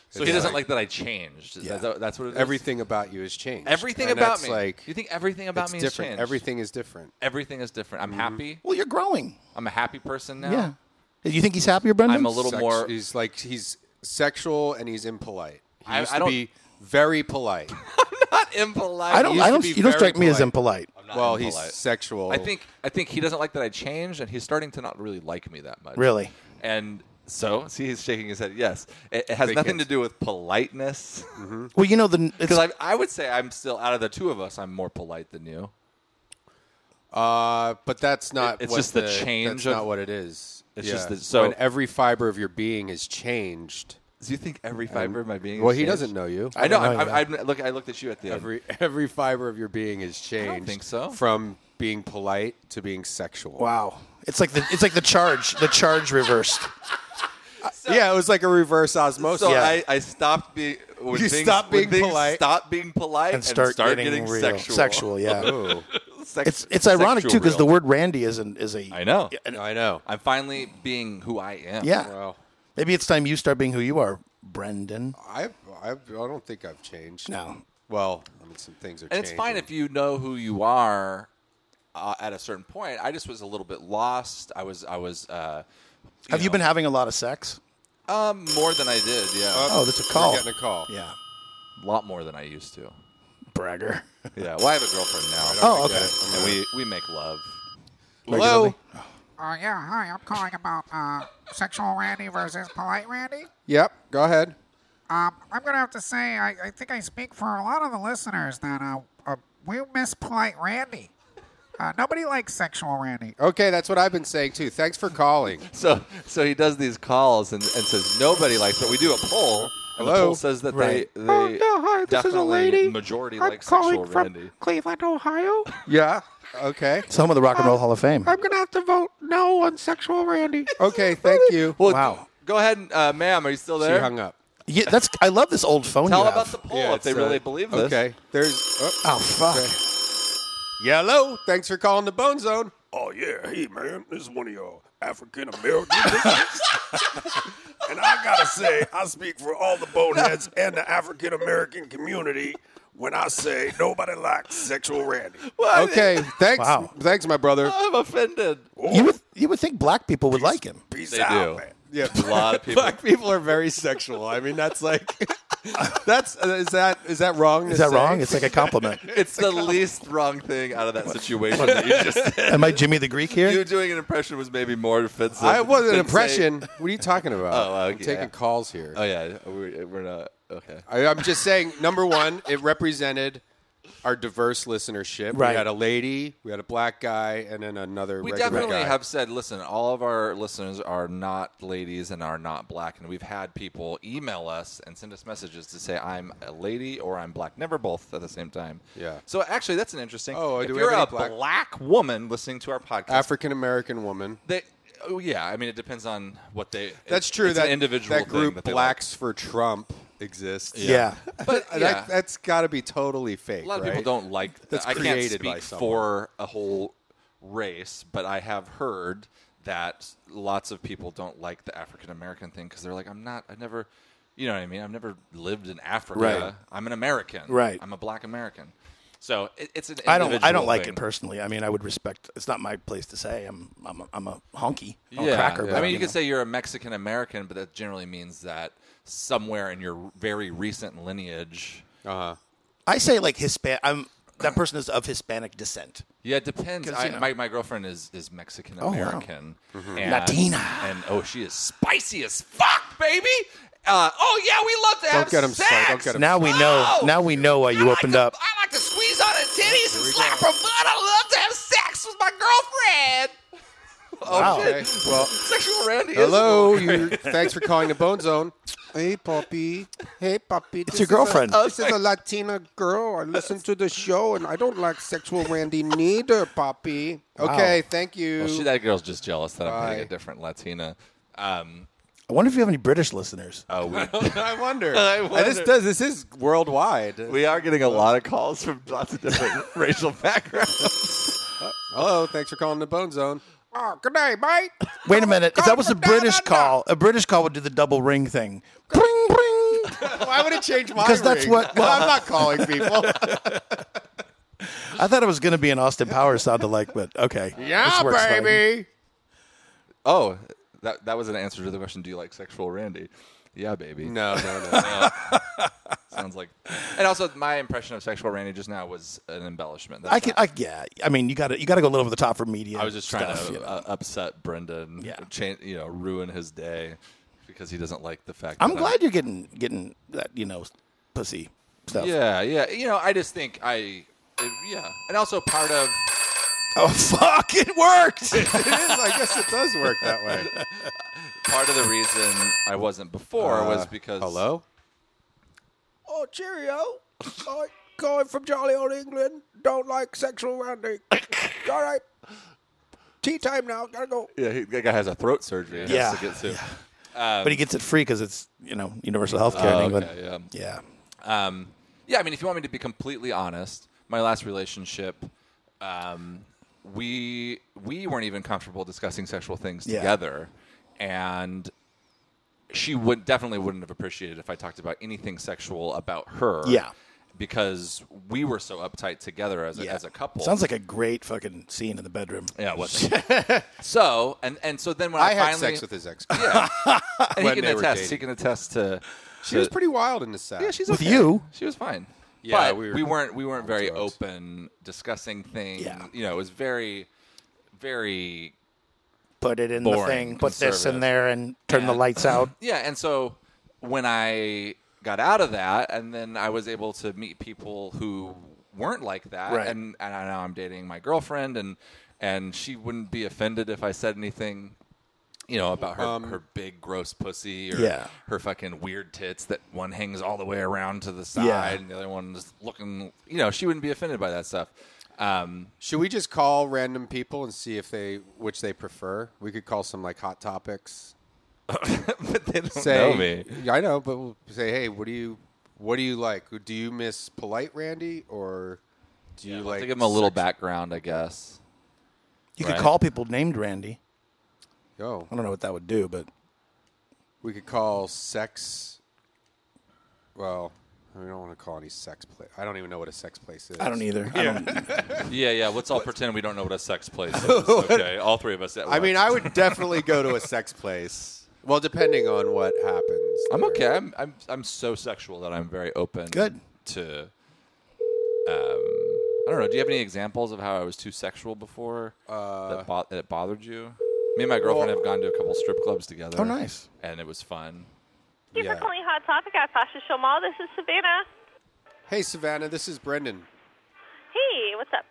S6: So he doesn't like that I changed. Is that- that's what it is?
S3: Everything about you has changed.
S6: Everything
S3: And
S6: about
S3: that's
S6: me.
S3: Like
S6: you think everything about
S3: it's
S6: me
S3: different.
S6: has changed?
S3: Everything Mm-hmm. is different.
S6: Everything is different. I'm happy.
S4: Well, you're growing.
S6: I'm a happy person now.
S4: [LAUGHS] Yeah. You think he's happier, Brendan?
S6: I'm a little
S3: Sex-
S6: more.
S3: He's like he's sexual and he's impolite. He
S6: I-
S3: used
S6: I
S3: to
S6: don't-
S3: be very polite.
S6: not impolite.
S4: I don't.
S3: used
S4: I
S3: to
S4: don't.
S3: be
S4: You don't
S3: very
S4: strike me as impolite.
S3: well,
S6: impolite.
S3: he's sexual.
S6: I think I think he doesn't like that I changed, and he's starting to not really like me that much.
S4: Really?
S6: And so, see, he's shaking his head. Yes, it, it has nothing to do with
S3: [LAUGHS]
S6: politeness.
S4: Well, you know the. It's,
S6: Because I, I would say I'm still out of the two of us, I'm more polite than you.
S3: Uh, but that's not.
S6: It's
S3: what
S6: just the change
S3: That's
S6: of-
S3: not what it is.
S6: It's just that- so-
S3: when every fiber of your being is changed.
S6: Do you think every fiber of my being?
S3: Well,
S6: has
S3: he
S6: changed?
S3: doesn't know you.
S6: I know.
S4: I don't
S6: I'm,
S4: know
S6: I'm, I'm, look, I looked at you at the end.
S3: Every every fiber of your being is changed.
S6: think so.
S3: From being polite to being sexual.
S4: wow. It's like the. It's like the charge. The charge reversed.
S3: Yeah, it was like a reverse osmosis.
S6: So
S4: Yeah.
S6: I, I stopped being. When
S3: Oh, You
S6: things,
S3: stop
S6: when
S3: being
S6: things
S3: polite.
S6: Stop being polite
S4: And start,
S6: getting,
S4: real.
S6: sexual.
S4: yeah.
S3: [LAUGHS] Ooh.
S6: Sex-
S4: it's it's ironic
S6: sexual
S4: too because
S6: real.
S4: the word Randy is an is a.
S6: I know.
S3: I know.
S6: I'm finally being who I am.
S4: Yeah.
S3: Well,
S4: Maybe it's time you start being who you are, Brendan.
S3: I, I I don't think I've changed.
S4: No.
S3: Well, I mean, some things are.
S6: And it's fine if you know who you are uh, at a certain point. I just was a little bit lost. I was. I was. Uh,
S4: Have you
S6: know,
S4: been having a lot of sex?
S6: um, more than I did? Yeah.
S4: Oh, that's a call.
S3: getting a call.
S4: Yeah.
S6: a lot more than I used to.
S4: Bragger. [LAUGHS]
S6: Yeah. Well, I have a girlfriend now.
S4: Oh, okay.
S6: And we we make love.
S4: Regularly.
S10: Uh, yeah, hi. I'm calling about uh, sexual Randy versus polite Randy.
S3: Yep. Go ahead.
S10: Um, I'm gonna have to say, I, I think I speak for a lot of the listeners that uh, uh, we miss polite Randy. Uh, nobody likes sexual Randy. Uh,
S3: Okay, that's what I've been saying too. Thanks for calling.
S6: So so he does these calls and, and says nobody likes. But we do a poll. And the
S3: Hello?
S6: poll says that
S4: Right.
S6: they, they
S10: Oh, no, hi, this is a
S6: definitely
S10: lady.
S6: majority
S10: I'm
S6: like
S10: calling
S6: sexual
S10: from
S6: Randy.
S10: Cleveland, Ohio.
S3: Yeah. Okay.
S4: It's home of the Rock and Roll Hall of Fame.
S10: I'm gonna have to vote no on sexual Randy.
S3: Okay. [LAUGHS] Thank you.
S6: Well,
S4: Wow.
S6: Go ahead, and, uh, ma'am. Are you still
S3: she
S6: there?
S3: hung up.
S4: Yeah, that's. I love this old phone.
S6: Tell
S4: you
S6: about
S4: have.
S6: the poll
S3: Yeah,
S6: if they
S3: it's, uh,
S6: really believe this.
S3: Okay. There's. Oh,
S4: Oh fuck.
S3: Yellow. Thanks for calling the Bone [LAUGHS] Zone.
S7: Oh yeah, hey man, this is one of your African American listeners. and I gotta say, I speak for all the boneheads and the African American community when I say nobody likes sexual Randy.
S3: Okay. Thanks.
S4: Wow.
S3: Thanks, my [LAUGHS] brother.
S6: I'm offended.
S4: You would you would think black people would like him.
S7: Peace
S6: They
S7: out,
S6: do.
S7: man.
S3: Yeah.
S6: A lot of people.
S3: Black people are very sexual. I mean, that's like, [LAUGHS] that's uh, is that is that wrong?
S4: Is that wrong? It's like a compliment.
S6: It's the least wrong thing out of that [LAUGHS] situation that you just said.
S4: Am I Jimmy the Greek here?
S6: You doing an impression was maybe more offensive.
S3: I wasn't an
S6: than
S3: impression. [LAUGHS]
S6: saying-
S3: What are you talking about?
S6: Oh,
S3: I'm
S6: okay,
S3: taking
S6: yeah.
S3: calls here.
S6: oh yeah, we're, we're not okay.
S3: I, I'm just saying. Number one, it represented our diverse listenership.
S4: Right.
S3: We had a lady, we had a black guy, and then another.
S6: We
S3: regular
S6: definitely
S3: guy.
S6: have said, listen, all of our listeners are not ladies and are not black, and we've had people email us and send us messages to say I'm a lady or I'm black, never both at the same time.
S3: Yeah.
S6: So actually, that's an interesting.
S3: Oh,
S6: if
S3: do we
S6: you're
S3: have any
S6: a
S3: black-
S6: woman listening to our podcast,
S3: African American woman.
S6: they, oh, yeah, I mean it depends on what they.
S3: That's
S6: it-
S3: true.
S6: it's
S3: that
S6: an individual
S3: that
S6: thing
S3: group
S6: that they like.
S3: blacks for Trump exists.
S4: yeah.
S6: But yeah.
S3: that, that's got to be totally fake.
S6: A lot of
S3: right?
S6: people don't like that.
S3: That's
S6: I can't
S3: created by
S6: speak
S3: someone.
S6: for a whole race, but I have heard that lots of people don't like the African American thing because they're like, I'm not, I never, you know what I mean? I've never lived in Africa.
S4: Right.
S6: I'm an American.
S4: Right.
S6: I'm a black American. So it, it's an
S4: I don't. I
S6: individual
S4: don't like
S6: thing.
S4: it personally. I mean, I would respect. It's not my place to say. I'm. I'm. A, I'm a honky. I'm
S6: yeah.
S4: a cracker.
S6: I
S4: but,
S6: mean, you,
S4: know.
S6: could say you're a Mexican American, but that generally means that somewhere in your very recent lineage.
S4: I say like Hispanic. I'm that person is of Hispanic descent.
S6: Yeah, it depends.
S4: 'Cause,
S6: I,
S4: you know- Oh, Mm-hmm.
S6: my, my girlfriend is, is Mexican American, and,
S4: Latina.
S6: and oh, she is spicy as fuck, baby. Uh, oh yeah, we love to have
S3: get 'em
S6: sex.
S3: started. Don't get 'em
S4: Now we know.
S6: Oh!
S4: Now we know why
S6: I
S4: you
S6: like
S4: opened
S6: to-
S4: up.
S6: I like to squeeze on her titties and slap her butt. I love to have sex with my girlfriend. Oh
S4: Wow.
S6: shit!
S3: Okay, well,
S6: Sexual Randy. is-
S3: hello. You. Thanks for calling the Bone Zone. Hey, Poppy. Hey, Poppy. It's
S4: your girlfriend.
S7: This is a Latina girl. I listen to the show, and I don't like sexual Randy neither, Poppy.
S3: [LAUGHS] Okay, thank you.
S6: Well, she, that girl's just jealous that I'm
S3: Bye.
S6: dating a different Latina. Um,
S4: I wonder if you have any British listeners.
S6: oh, [LAUGHS] we,
S3: [LAUGHS] I wonder.
S6: I
S3: And This
S6: wonder.
S3: does. This is worldwide.
S6: we are getting a lot of calls from lots of different racial backgrounds.
S3: Hello. Thanks for calling the Bone Zone.
S10: Oh, good day, mate.
S4: Wait a minute. If that was a British call, a British call would do the double ring thing. Bring, bring.
S3: [LAUGHS] Why would it change my
S4: Because that's
S3: ring?
S4: what-
S3: Well,
S4: well-
S3: I'm not calling people.
S4: [LAUGHS] I thought it was going to be an Austin Powers sound alike, but okay. This
S3: yeah,
S4: works
S10: Ah,
S4: fine.
S3: baby.
S6: Oh, that that was an answer to the question. Do you like sexual Randy? Yeah, baby.
S3: No, [LAUGHS] no,
S6: [LAUGHS]
S3: no.
S6: Sounds like. And also, my impression of sexual Randy just now was an embellishment. That's
S4: I can, I, yeah. I mean, you got to, you got to go a little over the top for media.
S6: I was just trying
S4: stuff,
S6: to
S4: you know.
S6: uh, upset Brendan.
S4: Yeah.
S6: Change, you know, ruin his day because he doesn't like the fact.
S4: I'm
S6: that
S4: glad you're getting, getting that, you know, pussy stuff.
S6: Yeah, yeah. You know, I just think I. it- yeah, and also part of
S4: Oh fuck! It
S6: [LAUGHS]
S4: worked.
S3: It is. I guess it does work that way.
S6: part of the reason I wasn't before was because
S3: Uh, Hello?
S7: Oh, cheerio. I, calling from jolly old England. Don't like sexual Randy. All right. Tea time now. Gotta go.
S6: Yeah, he, that guy has a throat surgery. He
S4: Yeah,
S6: has to get to.
S4: but he gets it free because it's you know universal health care in
S6: Um, Oh,
S4: England.
S6: okay, yeah.
S4: yeah.
S6: Um, yeah, I mean, if you want me to be completely honest, my last relationship, um, we we weren't even comfortable discussing sexual things
S4: Yeah.
S6: together, and she would definitely wouldn't have appreciated if I talked about anything sexual about her.
S4: Yeah.
S6: because we were so uptight together as a,
S4: yeah.
S6: as a couple.
S4: Sounds like a great fucking scene in the bedroom.
S6: yeah, it
S3: [LAUGHS]
S6: was. so and and so then when I,
S3: I had
S6: finally,
S3: sex with his ex.
S6: yeah, and [LAUGHS]
S3: when
S6: he
S3: they
S6: can
S3: were
S6: attest.
S3: dating.
S6: He can attest to.
S3: She was pretty wild in the set.
S6: Yeah, she's
S4: With
S6: okay.
S4: you?
S6: She was fine.
S3: Yeah,
S6: but
S3: we
S6: we,
S3: were-
S6: weren't we
S3: [LAUGHS]
S6: weren't very
S3: drugs.
S6: open discussing things.
S4: Yeah.
S6: You know, it was very very
S4: Put it in
S6: Boring,
S4: the thing. Put this in
S6: conservative.
S4: there and turn the lights out.
S6: yeah, and so when I got out of that and then I was able to meet people who weren't like that
S4: Right.
S6: and and I- now I'm dating my girlfriend and and she wouldn't be offended if I said anything you know about her her big gross pussy or
S4: Um, Yeah.
S6: her fucking weird tits that one hangs all the way around to the side
S4: Yeah.
S6: and the other one's looking you know she wouldn't be offended by that stuff um, [LAUGHS]
S3: Should we just call random people and see if they which they prefer? We could call some like hot topics.
S6: but they don't
S3: Say,
S6: know me
S3: Yeah, I know, but we'll say, hey, what do you what do you like? Do you miss polite Randy or do you like
S6: to give them a little background I guess
S4: You
S6: Right.
S4: could call people named Randy.
S3: Oh,
S4: I don't know what that would do, but
S3: we could call sex. Well, I don't want to call any sex place. I don't even know what a sex place is.
S4: I don't either. I don't,
S6: Yeah, yeah. Let's all pretend we don't know what a sex place is. Okay, all three of us. At
S3: I mean, I would definitely go to a sex place. Well, depending on what happens.
S6: I'm
S3: there.
S6: okay. I'm, I'm I'm so sexual that I'm very
S4: [LAUGHS]
S6: open.
S4: Good.
S6: To, um, I don't know. Do you have any examples of how I was too sexual before that, bo- that bothered you? Me and my girlfriend have gone to a couple strip clubs together.
S4: Oh, nice.
S6: And it was fun.
S11: Thank you
S3: Yeah.
S11: for calling Hot Topic at Fashion Show Mall. This is Savannah.
S3: Hey, Savannah, this is Brendan.
S11: Hey, what's up?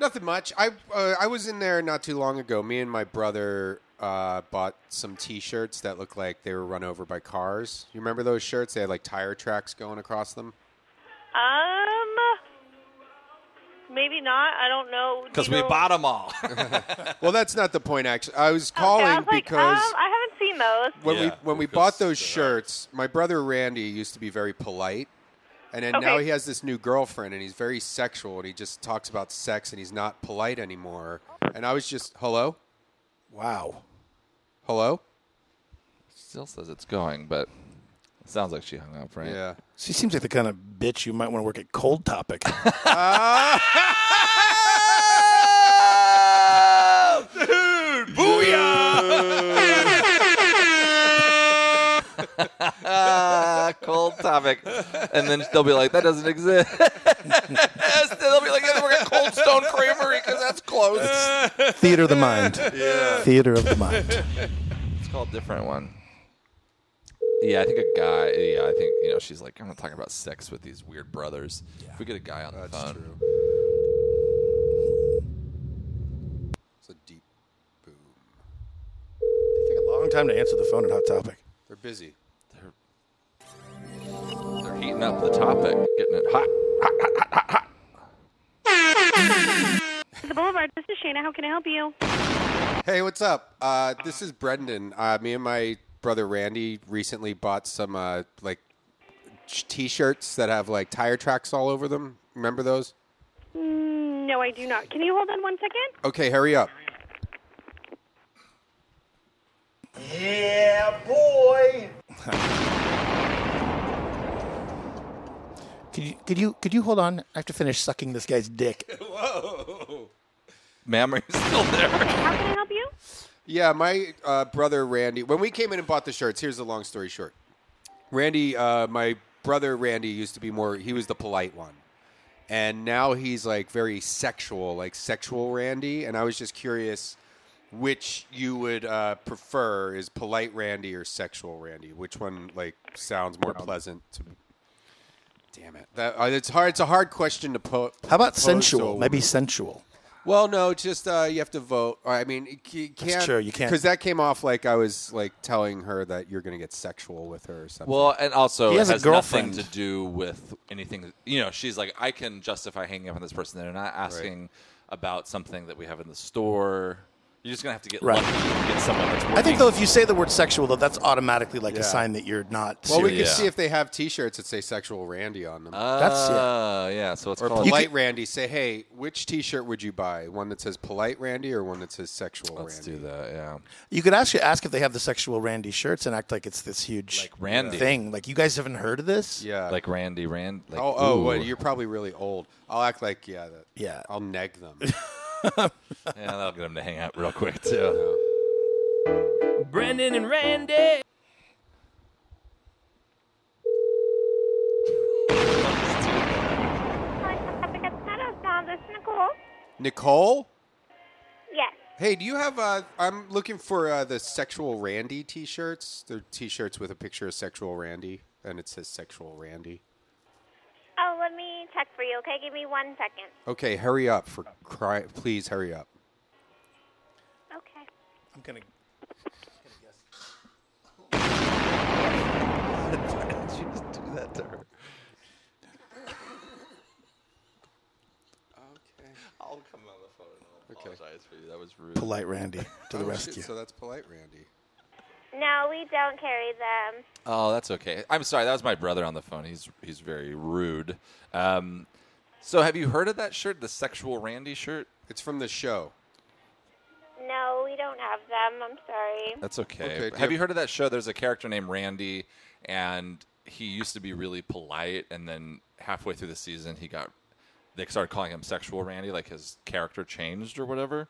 S3: Nothing much. I uh, I was in there not too long ago. Me and my brother uh, bought some T-shirts that looked like they were run over by cars. You remember those shirts? They had like tire tracks going across them.
S11: Um, maybe not. I don't know. Do you know-
S6: them all.
S3: Well, that's not the point. Actually, I was
S11: Okay,
S3: calling
S11: I Oh, was like,
S3: because
S11: um, I haven't seen those.
S3: when we
S6: Yeah,
S3: when we
S6: because uh,
S3: bought those
S6: they're not-
S3: shirts, my brother Randy used to be very polite, and then
S11: Okay.
S3: now he has this new girlfriend, and he's very sexual, and he just talks about sex, and he's not polite anymore. And I was just hello,
S4: wow.
S3: hello,
S6: Still says it's going, but it sounds like she hung up, right?
S3: yeah.
S4: She seems like the kind of bitch you might want to work at Cold Topic.
S6: Ah, cold topic. And then they'll be like, that doesn't exist. [LAUGHS] they'll be like, yeah, we're at Cold Stone Creamery because that's closed.
S4: Theater of the
S6: [LAUGHS]
S4: mind. Theater of the mind.
S6: It's called different one. Yeah, I think a guy. Yeah, I think you know. She's like, I'm not talking about sex with these weird brothers. If we get a guy on the
S3: That's
S6: phone,
S3: true. It's a deep boom.
S4: They take a long time to answer the phone at Hot Topic.
S3: They're busy.
S6: they're heating up the topic, getting it hot.
S11: The Boulevard. This is Shayna. How can I help you?
S3: Hey, what's up? Uh, this is Brendan. Uh, me and my brother Randy recently bought some uh, like sh- t-shirts that have like tire tracks all over them. Remember those?
S11: Mm, No, I do not. Can you hold on one second?
S3: Okay, hurry up.
S5: Yeah, boy.
S4: Could you, could you could you hold on? I have to finish sucking this guy's dick.
S3: Whoa.
S6: Ma'am, are you [LAUGHS] still there?
S11: How can I help you?
S3: Yeah, my uh, brother Randy. When we came in and bought the shirts, here's the long story short. Randy, uh, my brother Randy used to be more. He was the polite one, and now he's like very sexual, like sexual Randy. And I was just curious, which you would uh, prefer is polite Randy or sexual Randy? Which one like sounds more pleasant to? Damn it! That, uh, it's hard. It's a hard question to put.
S4: How
S6: Oh,
S4: about sensual? Maybe sensual.
S3: Well, no, just uh, you have to vote. Or, I mean, you can't.
S4: true, you can't-
S3: Because that came off like I was like telling her that you're going to get sexual with her or something.
S6: Well, and also
S3: He
S6: it
S3: has a
S6: has nothing
S3: girlfriend.
S6: to do with anything. that- You know, she's like, I can justify hanging out with this person. They're not asking about something that we have in the store. You're just gonna have to get
S4: Right.
S6: lucky and get someone that's working.
S4: I think though, if you say the word sexual, though, that's automatically like
S3: Yeah.
S4: a sign that you're not.
S3: well, we
S4: serious.
S3: can see if they have T-shirts that say "sexual Randy" on them.
S6: Oh.
S4: That's-
S6: yeah. Uh, yeah. So it's
S3: or
S6: called-
S3: polite Randy. Say, hey, which T-shirt would you buy? One that says polite Randy or one that says sexual
S6: Let's
S3: Randy?
S6: do that. Yeah.
S4: You could actually ask if they have the sexual Randy shirts and act like it's this huge
S6: Randy.
S4: thing. Like you guys haven't heard of this?
S3: Yeah.
S6: Like Randy, Rand. Like,
S3: oh, oh, well,
S6: ooh.
S3: you're probably really old. I'll act like yeah, that,
S4: Yeah.
S3: I'll neg them.
S6: yeah, that'll get him to hang out real quick too.
S12: Brandon and Randy.
S11: This is Nicole.
S3: [LAUGHS] Nicole,
S11: Yes.
S3: hey, do you have? Uh, I'm looking for uh, the sexual Randy T-shirts. They're T-shirts with a picture of sexual Randy, and it says sexual Randy.
S11: Oh, let me check for you, okay? Give me one second.
S3: Okay, hurry up for cry. Please hurry up.
S11: Okay.
S4: I'm gonna.
S6: Did you just do that to her? I'll come on the phone and I'll
S3: Okay.
S6: apologize for you. That was rude.
S4: Polite Randy to the
S3: Oh, shit,
S4: rescue.
S3: so that's polite Randy.
S11: No, we don't carry them.
S6: Oh, that's okay. I'm sorry. That was my brother on the phone. He's he's very rude. Um, so, have you heard of that shirt, the sexual Randy shirt?
S3: It's from the show.
S11: No, we don't have them. I'm sorry.
S3: Uh,
S6: That's okay.
S3: Okay, do
S6: have
S3: you-
S6: you heard of that show? There's a character named Randy, and he used to be really polite, and then halfway through the season, he got they started calling him sexual Randy, like his character changed or whatever.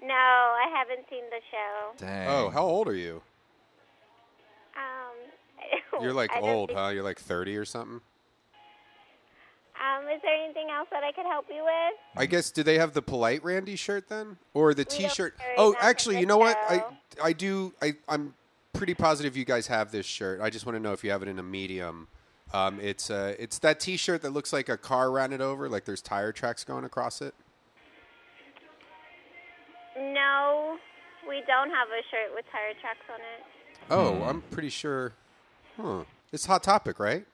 S11: No, I haven't seen the show.
S6: Dang.
S3: Oh, how old are you?
S11: Um, [LAUGHS]
S3: You're like
S11: I don't
S3: old,
S11: think-
S3: huh? You're like 30 or something.
S11: Um, is there anything else that I could help you with?
S3: I guess do they have the polite Randy shirt then, or the
S11: don't
S3: T-shirt?
S11: carry
S3: Oh,
S11: them at
S3: actually,
S11: the
S3: you know what? I
S11: show.
S3: I do. I I'm pretty positive you guys have this shirt. I just want to know if you have it in a medium. Um, it's uh, it's that T-shirt that looks like a car ran it over, like there's tire tracks going across it.
S11: No, we don't have a shirt with tire tracks on it.
S3: Oh, I'm pretty sure. Huh. It's hot topic, right?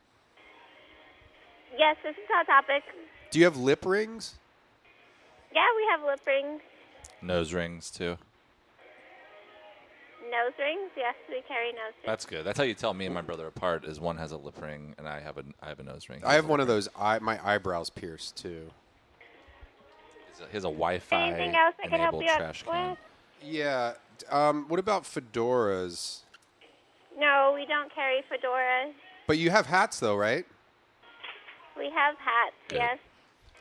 S11: Yes, this is Hot Topic.
S3: Do you have lip rings?
S11: Yeah, we have lip rings,
S6: Nose rings too.
S11: nose rings. Yes, we carry nose rings.
S6: That's good. That's how you tell me and my brother apart. Is one has a lip ring and I have a I have a nose ring.
S3: I have one of those. Eye, my eyebrows pierced too.
S6: He has a Wi-Fi
S11: Anything else I can help
S6: enabled
S11: you out
S6: trash can.
S11: with?
S3: Yeah. Um, what about fedoras?
S11: No, we don't carry fedoras.
S3: But you have hats though, right?
S11: We have hats. Yes.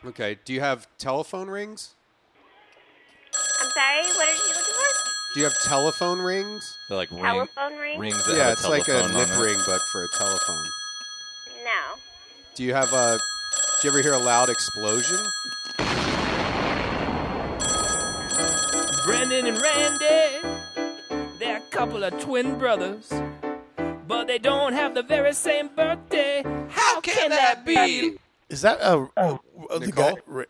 S3: Okay. Do you have telephone rings?
S11: I'm sorry. What are you looking for?
S3: Do you have telephone rings?
S6: They're like ring,
S11: Telephone rings?
S6: rings. That
S3: yeah,
S6: have
S3: it's like a
S6: telephone on
S3: lip
S6: it.
S3: ring, but for a telephone.
S11: No.
S3: Do you have a? Do you ever hear a loud explosion?
S12: Brandon and Randy. They're a couple of twin brothers, but they don't have the very same birthday. How can that be?
S4: Is that a the guy? Ra-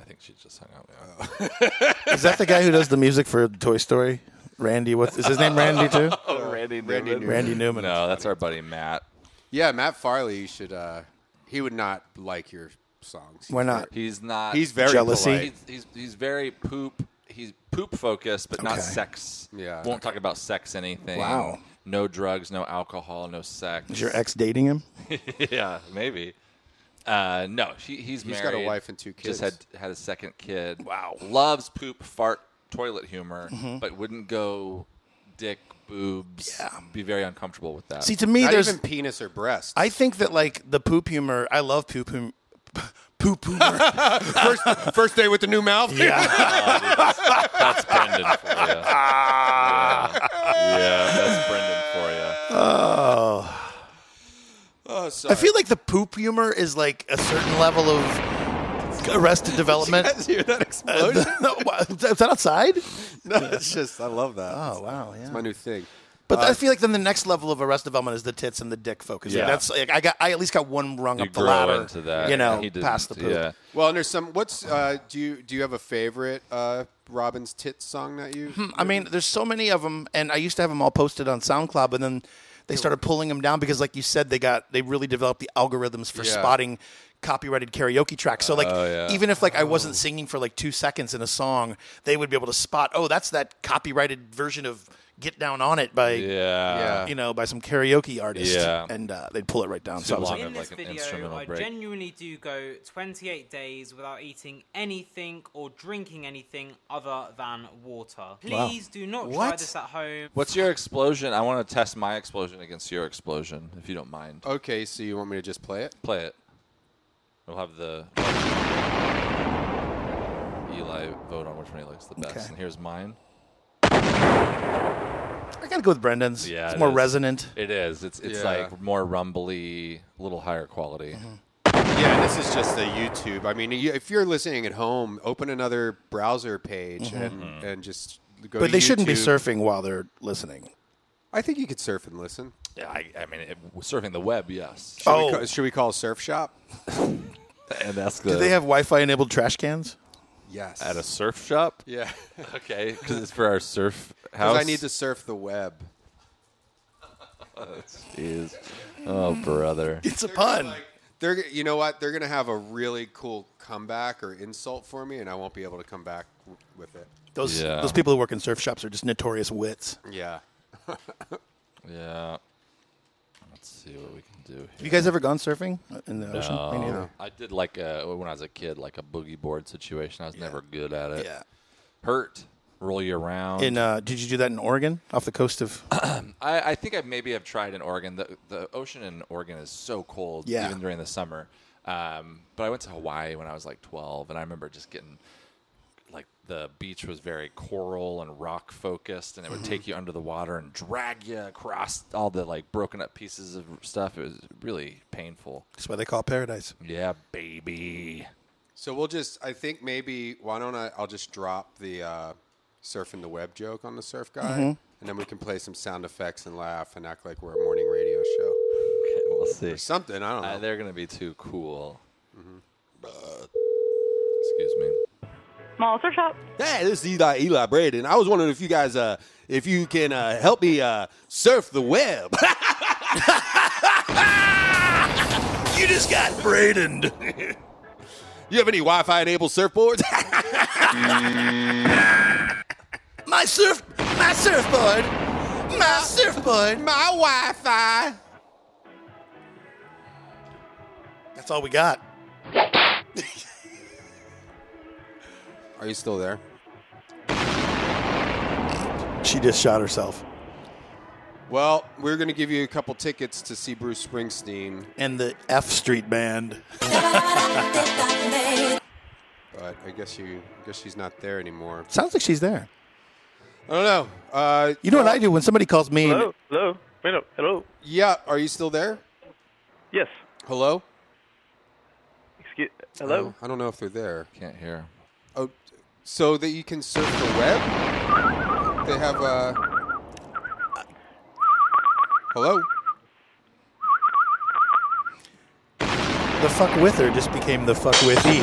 S6: I think she just hung out.
S4: Is that the guy who does the music for Toy Story? Randy, what is his name? Randy too?
S6: Oh, Randy Newman.
S3: Randy Newman.
S4: Randy Newman.
S6: No, that's our buddy Matt.
S3: Yeah, Matt Farley. You should. Uh, he would not like your songs.
S4: Why not?
S6: He's not. [LAUGHS]
S3: He's very
S4: Jealousy?
S3: polite.
S6: He's, he's, he's very poop. He's poop focused, but not
S4: Okay.
S6: sex.
S3: Yeah.
S6: Won't talk about sex anything.
S4: Wow.
S6: No drugs, no alcohol, no sex.
S4: Is your ex dating him?
S6: yeah, maybe. Uh, no, she, he's
S3: He's
S6: married.
S3: got a wife and two kids.
S6: Just had had a second kid.
S4: Wow.
S6: Loves poop, fart, toilet humor,
S4: Mhm.
S6: but wouldn't go dick, boobs. Be very uncomfortable with that.
S4: See, to me, Not there's- even
S3: penis or breast.
S4: I think that like the poop humor. I love poop humor. [LAUGHS] Poop
S6: [LAUGHS]
S4: humor.
S3: first, [LAUGHS] first day with the new mouth. [LAUGHS]
S4: Yeah.
S6: That's Brendan for you. Yeah. Yeah,
S4: [CLEARS THROAT]
S6: that's Brendan for you.
S4: oh.
S3: Oh,
S4: I feel like the poop humor is like a certain level of
S6: [LAUGHS]
S4: arrested development.
S3: guys hear that explosion?
S4: no, [LAUGHS] wha- is that outside?
S3: No, it's just I love that.
S4: Oh wow, yeah.
S3: It's my new thing.
S4: But
S3: Uh,
S4: I feel like then the next level of arrest development is the tits and the dick focus. Yeah.
S3: Yeah.
S4: that's like I got I at least got one rung
S6: You
S4: up the
S6: grow
S4: ladder.
S6: into that.
S4: You know,
S6: He didn't,
S4: past the poop.
S6: yeah.
S3: Well, and there's some. What's uh, do you do you have a favorite uh, Robin's tits song that you?
S4: I mean, there's so many of them, and I used to have them all posted on SoundCloud, but then they started pulling them down because, like you said, they got they really developed the algorithms for
S6: Yeah.
S4: spotting copyrighted karaoke tracks. So, like,
S6: Oh, yeah.
S4: even if like I wasn't singing for like two seconds in a song, they would be able to spot, oh, that's that copyrighted version of "Get Down on It" by
S6: Yeah.
S4: you know, by some karaoke artist,
S6: Yeah.
S4: and uh, they'd pull it right down.
S6: Too
S4: so I was
S6: long
S4: like,
S6: of, like, an instrumental
S13: I
S6: break.
S13: genuinely do go 28 days without eating anything or drinking anything other than water.
S6: Wow.
S13: Please do not try
S6: What?
S13: this at home.
S6: What's your explosion? I want to test my explosion against your explosion, if you don't mind.
S4: Uh,
S3: Okay, so you want me to just play it?
S6: Play it. We'll have the Eli vote on which one he likes the best.
S4: Okay.
S6: And here's mine.
S4: I gotta go with Brendan's.
S6: Yeah,
S4: it's
S6: it
S4: more
S6: is.
S4: resonant.
S6: It is. It's it's
S3: Yeah.
S6: like more rumbly, a little higher quality.
S4: Mm-hmm.
S3: Yeah, and this is just the YouTube. I mean, you- if you're listening at home, open another browser page
S4: Mhm.
S3: and, and just go.
S4: but
S3: to
S4: they shouldn't be
S3: YouTube.
S4: surfing while they're listening.
S3: I think you could surf and listen.
S6: Yeah, I, I mean, it, surfing the web, yes.
S3: Should,
S4: Oh.
S3: we, call, should we call Surf Shop?
S6: [LAUGHS] and that's
S4: Do they have Wi-Fi enabled trash cans?
S3: Yes.
S6: At a surf shop?
S3: [LAUGHS] Yeah.
S6: okay, because it's for
S4: [LAUGHS]
S6: our surf house.
S3: Because I need to surf the web.
S6: Jeez. Oh,
S4: [LAUGHS]
S6: brother.
S4: It's a pun.
S3: They're, you know what? They're gonna have a really cool comeback or insult for me, and I won't be able to come back w- with it.
S4: Those
S6: Yeah.
S4: those people who work in surf shops are just notorious wits.
S3: Yeah.
S6: Yeah. Let's see what we can do. Here.
S4: Have you guys ever gone surfing in the ocean? Me
S6: No.
S4: neither.
S6: I did like a, when I was a kid, like a boogie board situation. I was never good at
S4: Uh,
S6: it. Yeah. Hurt, roll you around.
S4: In uh, did you do that in Oregon off the coast [COUGHS] of?
S6: I, I think I maybe have tried in Oregon. The the ocean in Oregon is so cold,
S4: Yeah.
S6: even during the summer. Um, but I went to Hawaii when I was like twelve, and I remember just getting like the beach was very coral and rock focused, and it would
S7: Mhm.
S6: take you under the water and drag you across all the like broken up pieces of stuff. It was really painful.
S4: That's why they call it paradise.
S6: Yeah, baby.
S3: So we'll just. I think maybe why don't I? I'll just drop the uh, surfing the web joke on the surf guy,
S6: Mhm.
S3: and then we can play some sound effects and laugh and act like we're a morning radio show.
S6: Okay, we'll see.
S3: Or something. I don't know.
S6: Uh, they're gonna be too cool. Mm-hmm. Excuse me.
S14: Monster Shop.
S7: Hey, this is Eli, Eli Braden. I was wondering if you guys, uh, if you can uh, help me uh, surf the web. [LAUGHS] you just got bradened. you have any Wi-Fi enabled surfboards? [LAUGHS]
S4: my surf, my surfboard, my surfboard,
S7: my Wi-Fi.
S4: That's all we got.
S3: Are you still there?
S4: She just shot herself.
S3: Well, we're going to give you a couple tickets to see Bruce Springsteen,
S4: And the F Street Band.
S3: but I guess you I guess she's not there anymore.
S4: Sounds like she's there.
S3: I don't know. Uh,
S4: You know what I do when somebody calls me? and-
S15: Hello. Wait up. Hello.
S3: Yeah, are you still there?
S15: Yes.
S3: Hello?
S15: Excuse. Hello.
S3: Oh, I don't know if they're there.
S6: Can't hear.
S3: Oh, so that you can surf the web? They have Uh... Hello?
S4: The fuck with her just became the fuck with e.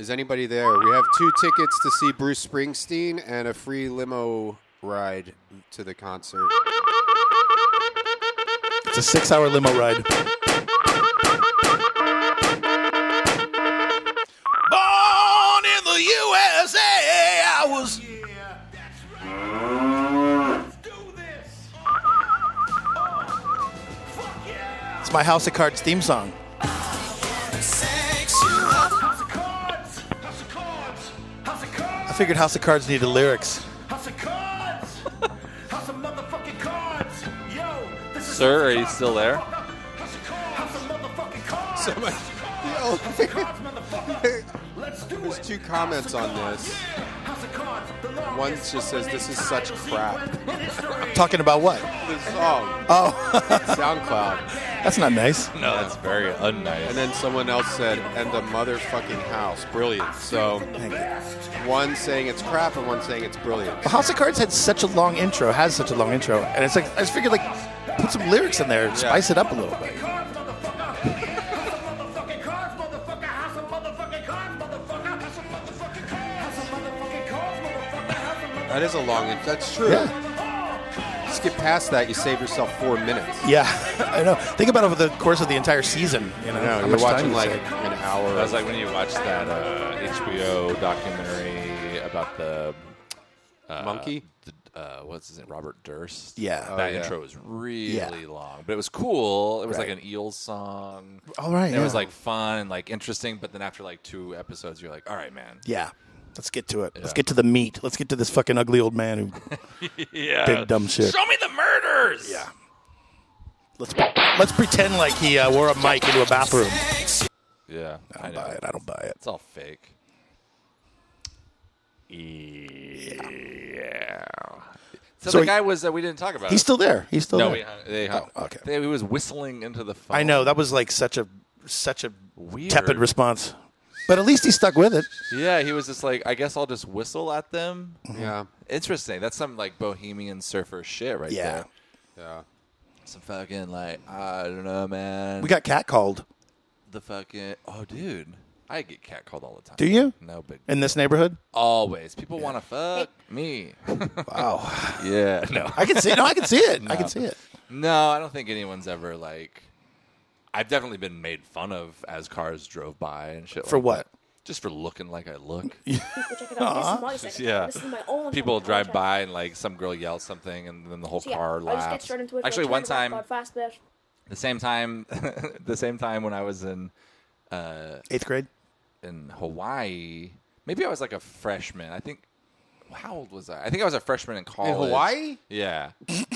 S3: Is anybody there? We have two tickets to see Bruce Springsteen and a free limo ride to the concert.
S4: It's a six-hour limo ride.
S9: Born in the USA, I was.
S4: It's my House of Cards theme song.
S9: House of Cards. House of Cards.
S4: figured House of Cards needed lyrics.
S5: House of cards! House of motherfucking cards! Yo, this is
S6: Sir, are you still there?
S3: So much. There's two comments on this. One just says, "This is such crap."
S4: Talking about what?
S3: This song.
S4: Oh. [LAUGHS]
S3: SoundCloud.
S4: That's not nice.
S6: No, that's very unnice.
S3: And then someone else said, "And the motherfucking house, brilliant." So, one saying it's crap and one saying it's brilliant.
S4: But House of Cards had such a long intro, has such a long intro, and it's like I just figured like put some lyrics in there, spice it up a little bit.
S3: That is a long. That's true. Skip past that, you save yourself four minutes.
S4: Yeah, [LAUGHS] I know. Think about over the course of the entire season. You know,
S3: I know,
S4: how
S3: you're
S4: much time
S3: watching,
S4: you
S3: like,
S4: save.
S3: an hour.
S6: That was like when you watched that uh, HBO documentary about the uh,
S3: Monkey?
S6: The, uh, what's his name? Robert Durst.
S4: Yeah.
S6: that
S4: Oh, yeah.
S6: intro was really
S4: Yeah.
S6: long, but it was cool. It was
S4: Right.
S6: like an Eels song.
S4: All right,
S6: And It was
S4: yeah.
S6: like fun and like interesting, but then after like two episodes, you're like, all right, man.
S4: Yeah. Let's get to it. Let's
S6: Yeah.
S4: get to the meat. Let's get to this fucking ugly old man
S6: [LAUGHS]
S4: who did dumb shit.
S6: Show me the murders. Yeah.
S4: Let's pretend like he uh, wore a mic into a bathroom.
S6: Yeah.
S4: I don't buy it. I don't buy it.
S6: It's all fake. Yeah. So,
S4: So
S6: the
S4: he-
S6: guy was uh, we didn't talk about.
S4: he's
S6: it.
S4: still there. He's still
S6: no,
S4: there. Oh,
S6: we hung- they hung-
S4: okay.
S6: they- he was whistling into the phone.
S4: I know that was like such a such a
S6: Weird.
S4: tepid response, but at least he stuck with it.
S6: Yeah, he was just like, I guess I'll just whistle at them.
S4: Mm-hmm.
S3: Yeah.
S6: Interesting. That's some like bohemian surfer shit right
S4: Yeah.
S6: there.
S3: Yeah.
S6: Some fucking like I don't know, man.
S4: We got catcalled.
S6: the fucking oh, dude. I get catcalled all the time.
S4: Do you?
S6: No, but
S4: in this neighborhood.
S6: always people want to fuck me. [LAUGHS]
S4: wow.
S6: Yeah. No.
S4: I can see. No, I can see
S6: [LAUGHS]
S4: it. I can see it.
S6: No, I don't think anyone's ever like. I've definitely been made fun of as cars drove by and shit.
S4: For
S6: like
S4: what?
S6: that. Just for looking like I look.
S4: Aw.
S6: yeah.
S16: This is my own
S6: People
S16: hometown
S6: drive
S16: soundtrack.
S6: by and like some girl yells something and then the whole
S16: So, yeah,
S6: car
S16: I'll just get
S6: laughs.
S16: straight into it.
S6: Actually,
S16: I'll
S6: one
S16: try to rap
S6: time,
S16: God Fast there.
S6: the same time, [LAUGHS] the same time when I was in uh,
S4: eighth grade
S6: in Hawaii. Maybe I was like a freshman. I think. How old was I? I think I was a freshman in college.
S3: Hawaii?
S6: Yeah. [LAUGHS]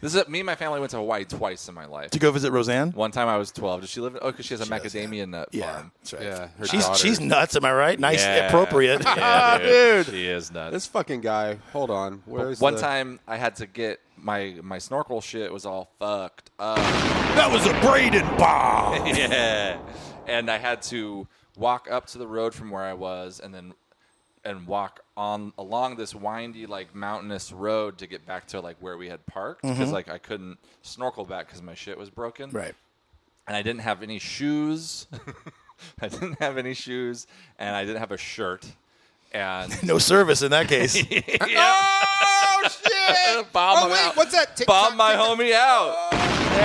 S6: this is me and my family went to Hawaii twice in my life.
S4: To go visit Roseanne.
S6: One time I was 12. Does she live? In, oh, because she has a macadamia nut
S4: Yeah,
S6: farm.
S4: That's right. Yeah,
S6: her
S4: she's
S6: daughter.
S4: she's nuts. Am I right? Nice,
S6: Yeah. [LAUGHS]
S4: appropriate.
S6: Yeah, Ah, dude. She is nuts.
S3: This fucking guy. Hold on. Where's
S6: One
S3: the-
S6: time I had to get my my snorkel shit was all fucked up.
S7: That was a Braden bomb.
S6: [LAUGHS] yeah. And I had to walk up to the road from where I was and then and walk on along this windy like mountainous road to get back to like where we had parked because
S4: Mhm.
S6: like I couldn't snorkel back cuz my shit was broken.
S4: Right.
S6: And I didn't have any shoes. [LAUGHS] I didn't have any shoes and I didn't have a shirt. And [LAUGHS]
S4: No service in that case.
S6: Oh [LAUGHS] shit! Bomb
S4: Oh,
S6: him out.
S3: What's that?
S6: Bomb my homie out.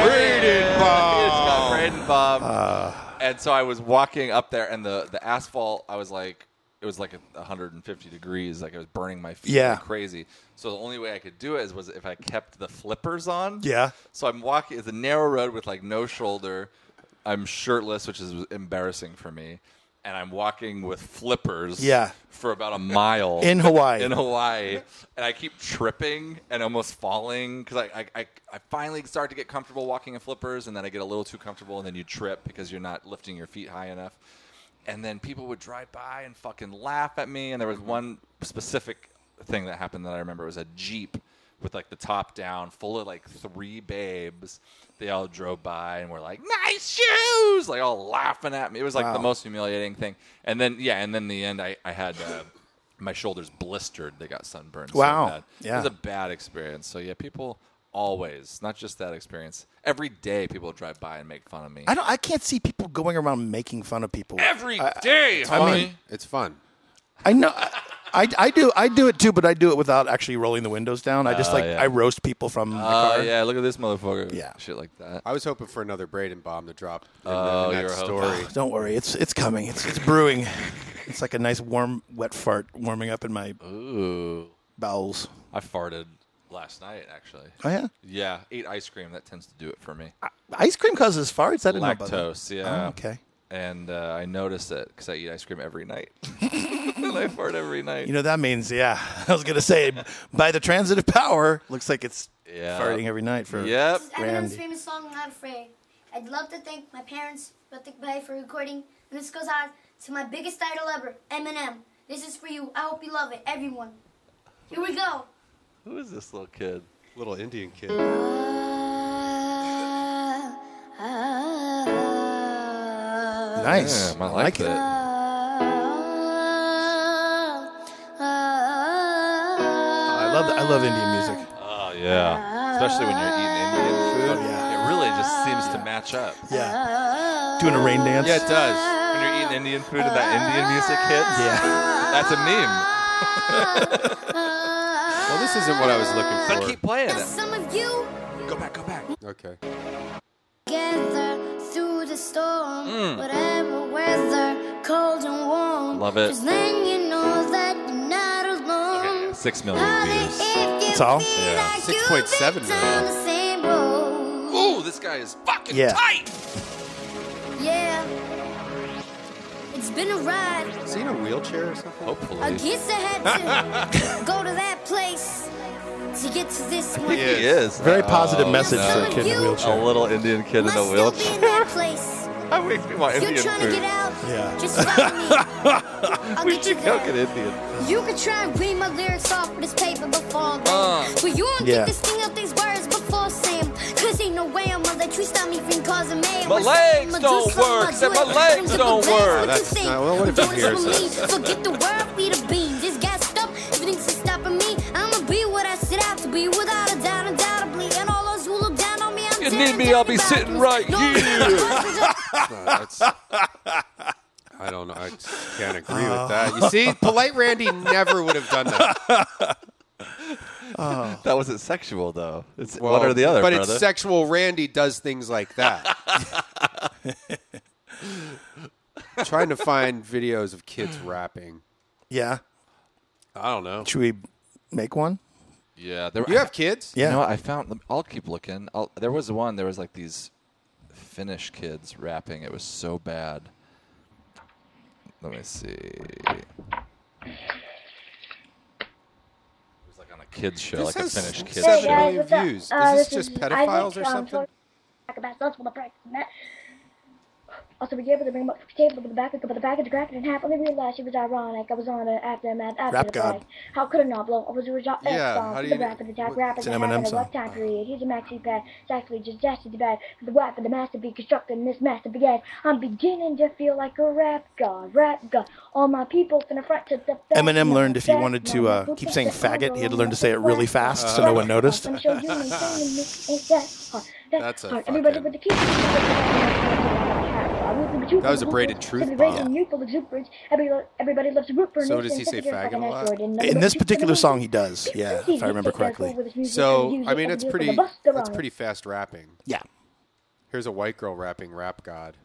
S6: Braden bomb. It's got Braden bomb. and so I was walking up there, and the the asphalt. I was like, it was like a 150 degrees. Like it was burning my feet.
S4: Yeah.
S6: like crazy. So the only way I could do it is was if I kept the flippers on.
S4: Yeah.
S6: So I'm walking. It's a narrow road with like no shoulder. I'm shirtless, which is embarrassing for me. And I'm walking with flippers
S4: Yeah.
S6: for about a mile
S4: In Hawaii.
S6: [LAUGHS] In Hawaii, and I keep tripping and almost falling because I, I, I, I finally start to get comfortable walking in flippers, and then I get a little too comfortable, and then you trip because you're not lifting your feet high enough. And then people would drive by and fucking laugh at me. And there was one specific thing that happened that I remember. It was a Jeep with like the top down, full of like three babes. They all drove by and were like, nice shoes, like all laughing at me. It was like
S4: Wow.
S6: the most humiliating thing. And then, yeah, and then the end, I, I had. Uh, [COUGHS] my shoulders blistered. They got sunburned. so
S4: Wow.
S6: bad.
S4: Yeah.
S6: It was a bad experience. So yeah, people always, not just that experience. Every day people drive by and make fun of me.
S4: I don't. I can't see people going around making fun of people
S6: Every
S4: I-
S6: day,
S4: I
S6: homie.
S4: mean,
S3: It's fun.
S4: I know. I, I, I do. I do it too, but I do it without actually rolling the windows down. I just
S6: Oh,
S4: like
S6: yeah.
S4: I roast people from my
S6: Oh
S4: car.
S6: yeah, look at this motherfucker.
S4: Yeah.
S6: Shit like that.
S3: I was hoping for another Braden bomb to drop in,
S6: Oh,
S3: the, in
S6: you
S3: that
S6: were hoping.
S3: story.
S4: Don't worry, it's it's coming. It's it's brewing. It's like a nice warm wet fart warming up in my
S6: Ooh.
S4: bowels.
S6: I farted last night actually.
S4: Oh, yeah?
S6: Yeah. Ate ice cream. That tends to do it for me.
S4: Ice cream causes farts. I didn't know about that.
S6: Lactose. Yeah.
S4: Oh, okay. [LAUGHS]
S6: [LAUGHS] And uh, I notice it because I eat ice cream every night.
S1: and I fart every night.
S4: You know that means, yeah. [LAUGHS] I was gonna say, by the transitive power, looks like it's
S1: Yeah.
S4: farting every night for
S1: Yep.
S16: Eminem's
S4: Randy.
S16: famous song, I'm Afraid. I'd love to thank my parents, Ruthie Bay, for recording. And this goes out to my biggest idol ever, Eminem. This is for you. I hope you love it, everyone. Here we go.
S6: Who is this [LAUGHS] little kid?
S3: Little Indian kid.
S4: Nice.
S6: Yeah, I like it.
S4: I love I love Indian music.
S6: Oh yeah, especially when you're eating Indian food. It really just seems to match up.
S4: Yeah, doing a rain dance.
S6: Yeah, it does. When you're eating Indian food and that Indian music hits.
S4: Yeah,
S6: that's a meme.
S3: well, this isn't what I was looking for.
S6: But keep playing it.
S16: Some of you
S6: Go back, go back.
S3: Okay.
S16: gather through the storm,
S6: Mm.
S16: whatever weather, cold and warm.
S6: Love it.
S16: 'Cause then you know that you're not alone.
S6: Six million views.
S16: That's
S4: all.
S6: Yeah.
S3: Six point seven
S16: On the
S3: million.
S16: same road.
S6: Ooh, this guy is fucking
S4: Yeah.
S6: tight.
S16: Yeah. It's been a ride.
S3: Is he in a wheelchair or something?
S6: Hopefully.
S16: I guess I had to go to that place to get to this one.
S6: is.
S4: Very positive message for a kid in a wheelchair.
S6: A Oh. little Indian kid in a
S16: In
S6: wheelchair.
S16: that
S6: [LAUGHS]
S16: place.
S6: I makes me want
S16: If
S6: Indian
S16: you're trying
S6: food.
S16: to get out,
S4: Yeah.
S16: just follow me.
S4: [LAUGHS]
S16: I'll
S6: we
S16: get
S6: should
S16: you
S6: go
S16: there.
S6: get Indian.
S16: You could try and read my lyrics off of this paper before then.
S6: Uh.
S16: but you don't
S6: Yeah.
S16: think this thing up these words before Sam. Cause ain't no way I'm gonna let you stop me from causing mayhem.
S6: My
S16: Or saying
S6: legs
S16: I'ma do
S6: don't
S16: something,
S6: work.
S16: I'll do
S6: Said
S16: it.
S6: my
S16: Don't
S6: legs
S16: give a
S6: don't
S16: blast
S6: work.
S16: what you
S6: That's
S16: think.
S6: not- well, what if
S16: Do
S6: he
S16: it for
S6: hears
S16: me.
S6: this?
S16: Forget the world, be the bean. Just got stuffed. Everything's just stopping me. I'ma be what I set out to be without a doubt, undoubtedly. And all those who look down on me, I'm
S6: You
S16: tearing
S6: need me,
S16: down
S6: I'll be
S16: the
S6: sitting
S16: balconies.
S6: right
S16: No, I'm not
S6: here.
S16: going to-
S3: No, that's- Uh, I don't know. I just can't agree with that.
S6: [LAUGHS]
S3: You see, polite Randy never would have done that.
S6: That wasn't sexual though. It's
S3: Well,
S6: one or the other.
S3: But
S6: brother.
S3: it's sexual. Randy does things
S6: [LAUGHS]
S3: like that. Trying to find videos of kids rapping.
S4: Yeah.
S3: I don't know.
S4: Should we make one?
S6: Yeah, there,
S3: You have kids?
S6: Yeah,
S4: Yeah.
S6: no, I found. them. I'll keep looking. I'll, there was one. There was like these Finnish kids rapping. It was so bad. Let me see. It was like on a kids show,
S3: This
S6: like a
S3: has
S6: Finnish kids
S3: seven
S6: show.
S3: million views.
S16: Uh,
S3: is this,
S16: this
S3: just
S16: is
S3: pedophiles or
S16: Isaac from
S3: something?
S16: Talk about those with the break and that. Also, we gave her the ring, but we gave her the back, but the package cracked in half. Only realized she was ironic. I was on an aftermath after
S4: Rap
S16: the
S4: God.
S16: break. How could I not blow? I was a result.
S4: Yeah,
S16: song.
S4: how do
S16: the
S4: you-
S16: rap and the attack,
S4: what-
S16: rap and
S4: it's
S16: the
S4: an
S16: rap and
S4: Eminem
S16: the rough time period. Here's a maxi pad. It's actually just dashed to the bad. The rap and the master be constructing this master began. I'm beginning to feel like a rap god, rap god. All my people from the front to the back.
S4: Eminem learned if he wanted to uh, keep saying faggot, he had to learn to say it really fast so no one noticed.
S16: I'm sure you and saying this is that hard.
S3: That's a
S16: hard. Everybody with the key. That
S3: was a braided truth bomb.
S16: Everybody loves to root for
S3: So
S16: an
S3: does he
S16: instant
S3: say
S16: figure like
S3: faggot a
S16: an
S3: lot?
S16: asteroid in
S4: In
S16: number
S4: this
S16: two.
S4: particular song, he does. Yeah, if I remember correctly.
S3: So I mean, it's pretty. It's
S16: That's
S3: pretty fast rapping.
S4: Yeah.
S3: Here's a white girl rapping "Rap God."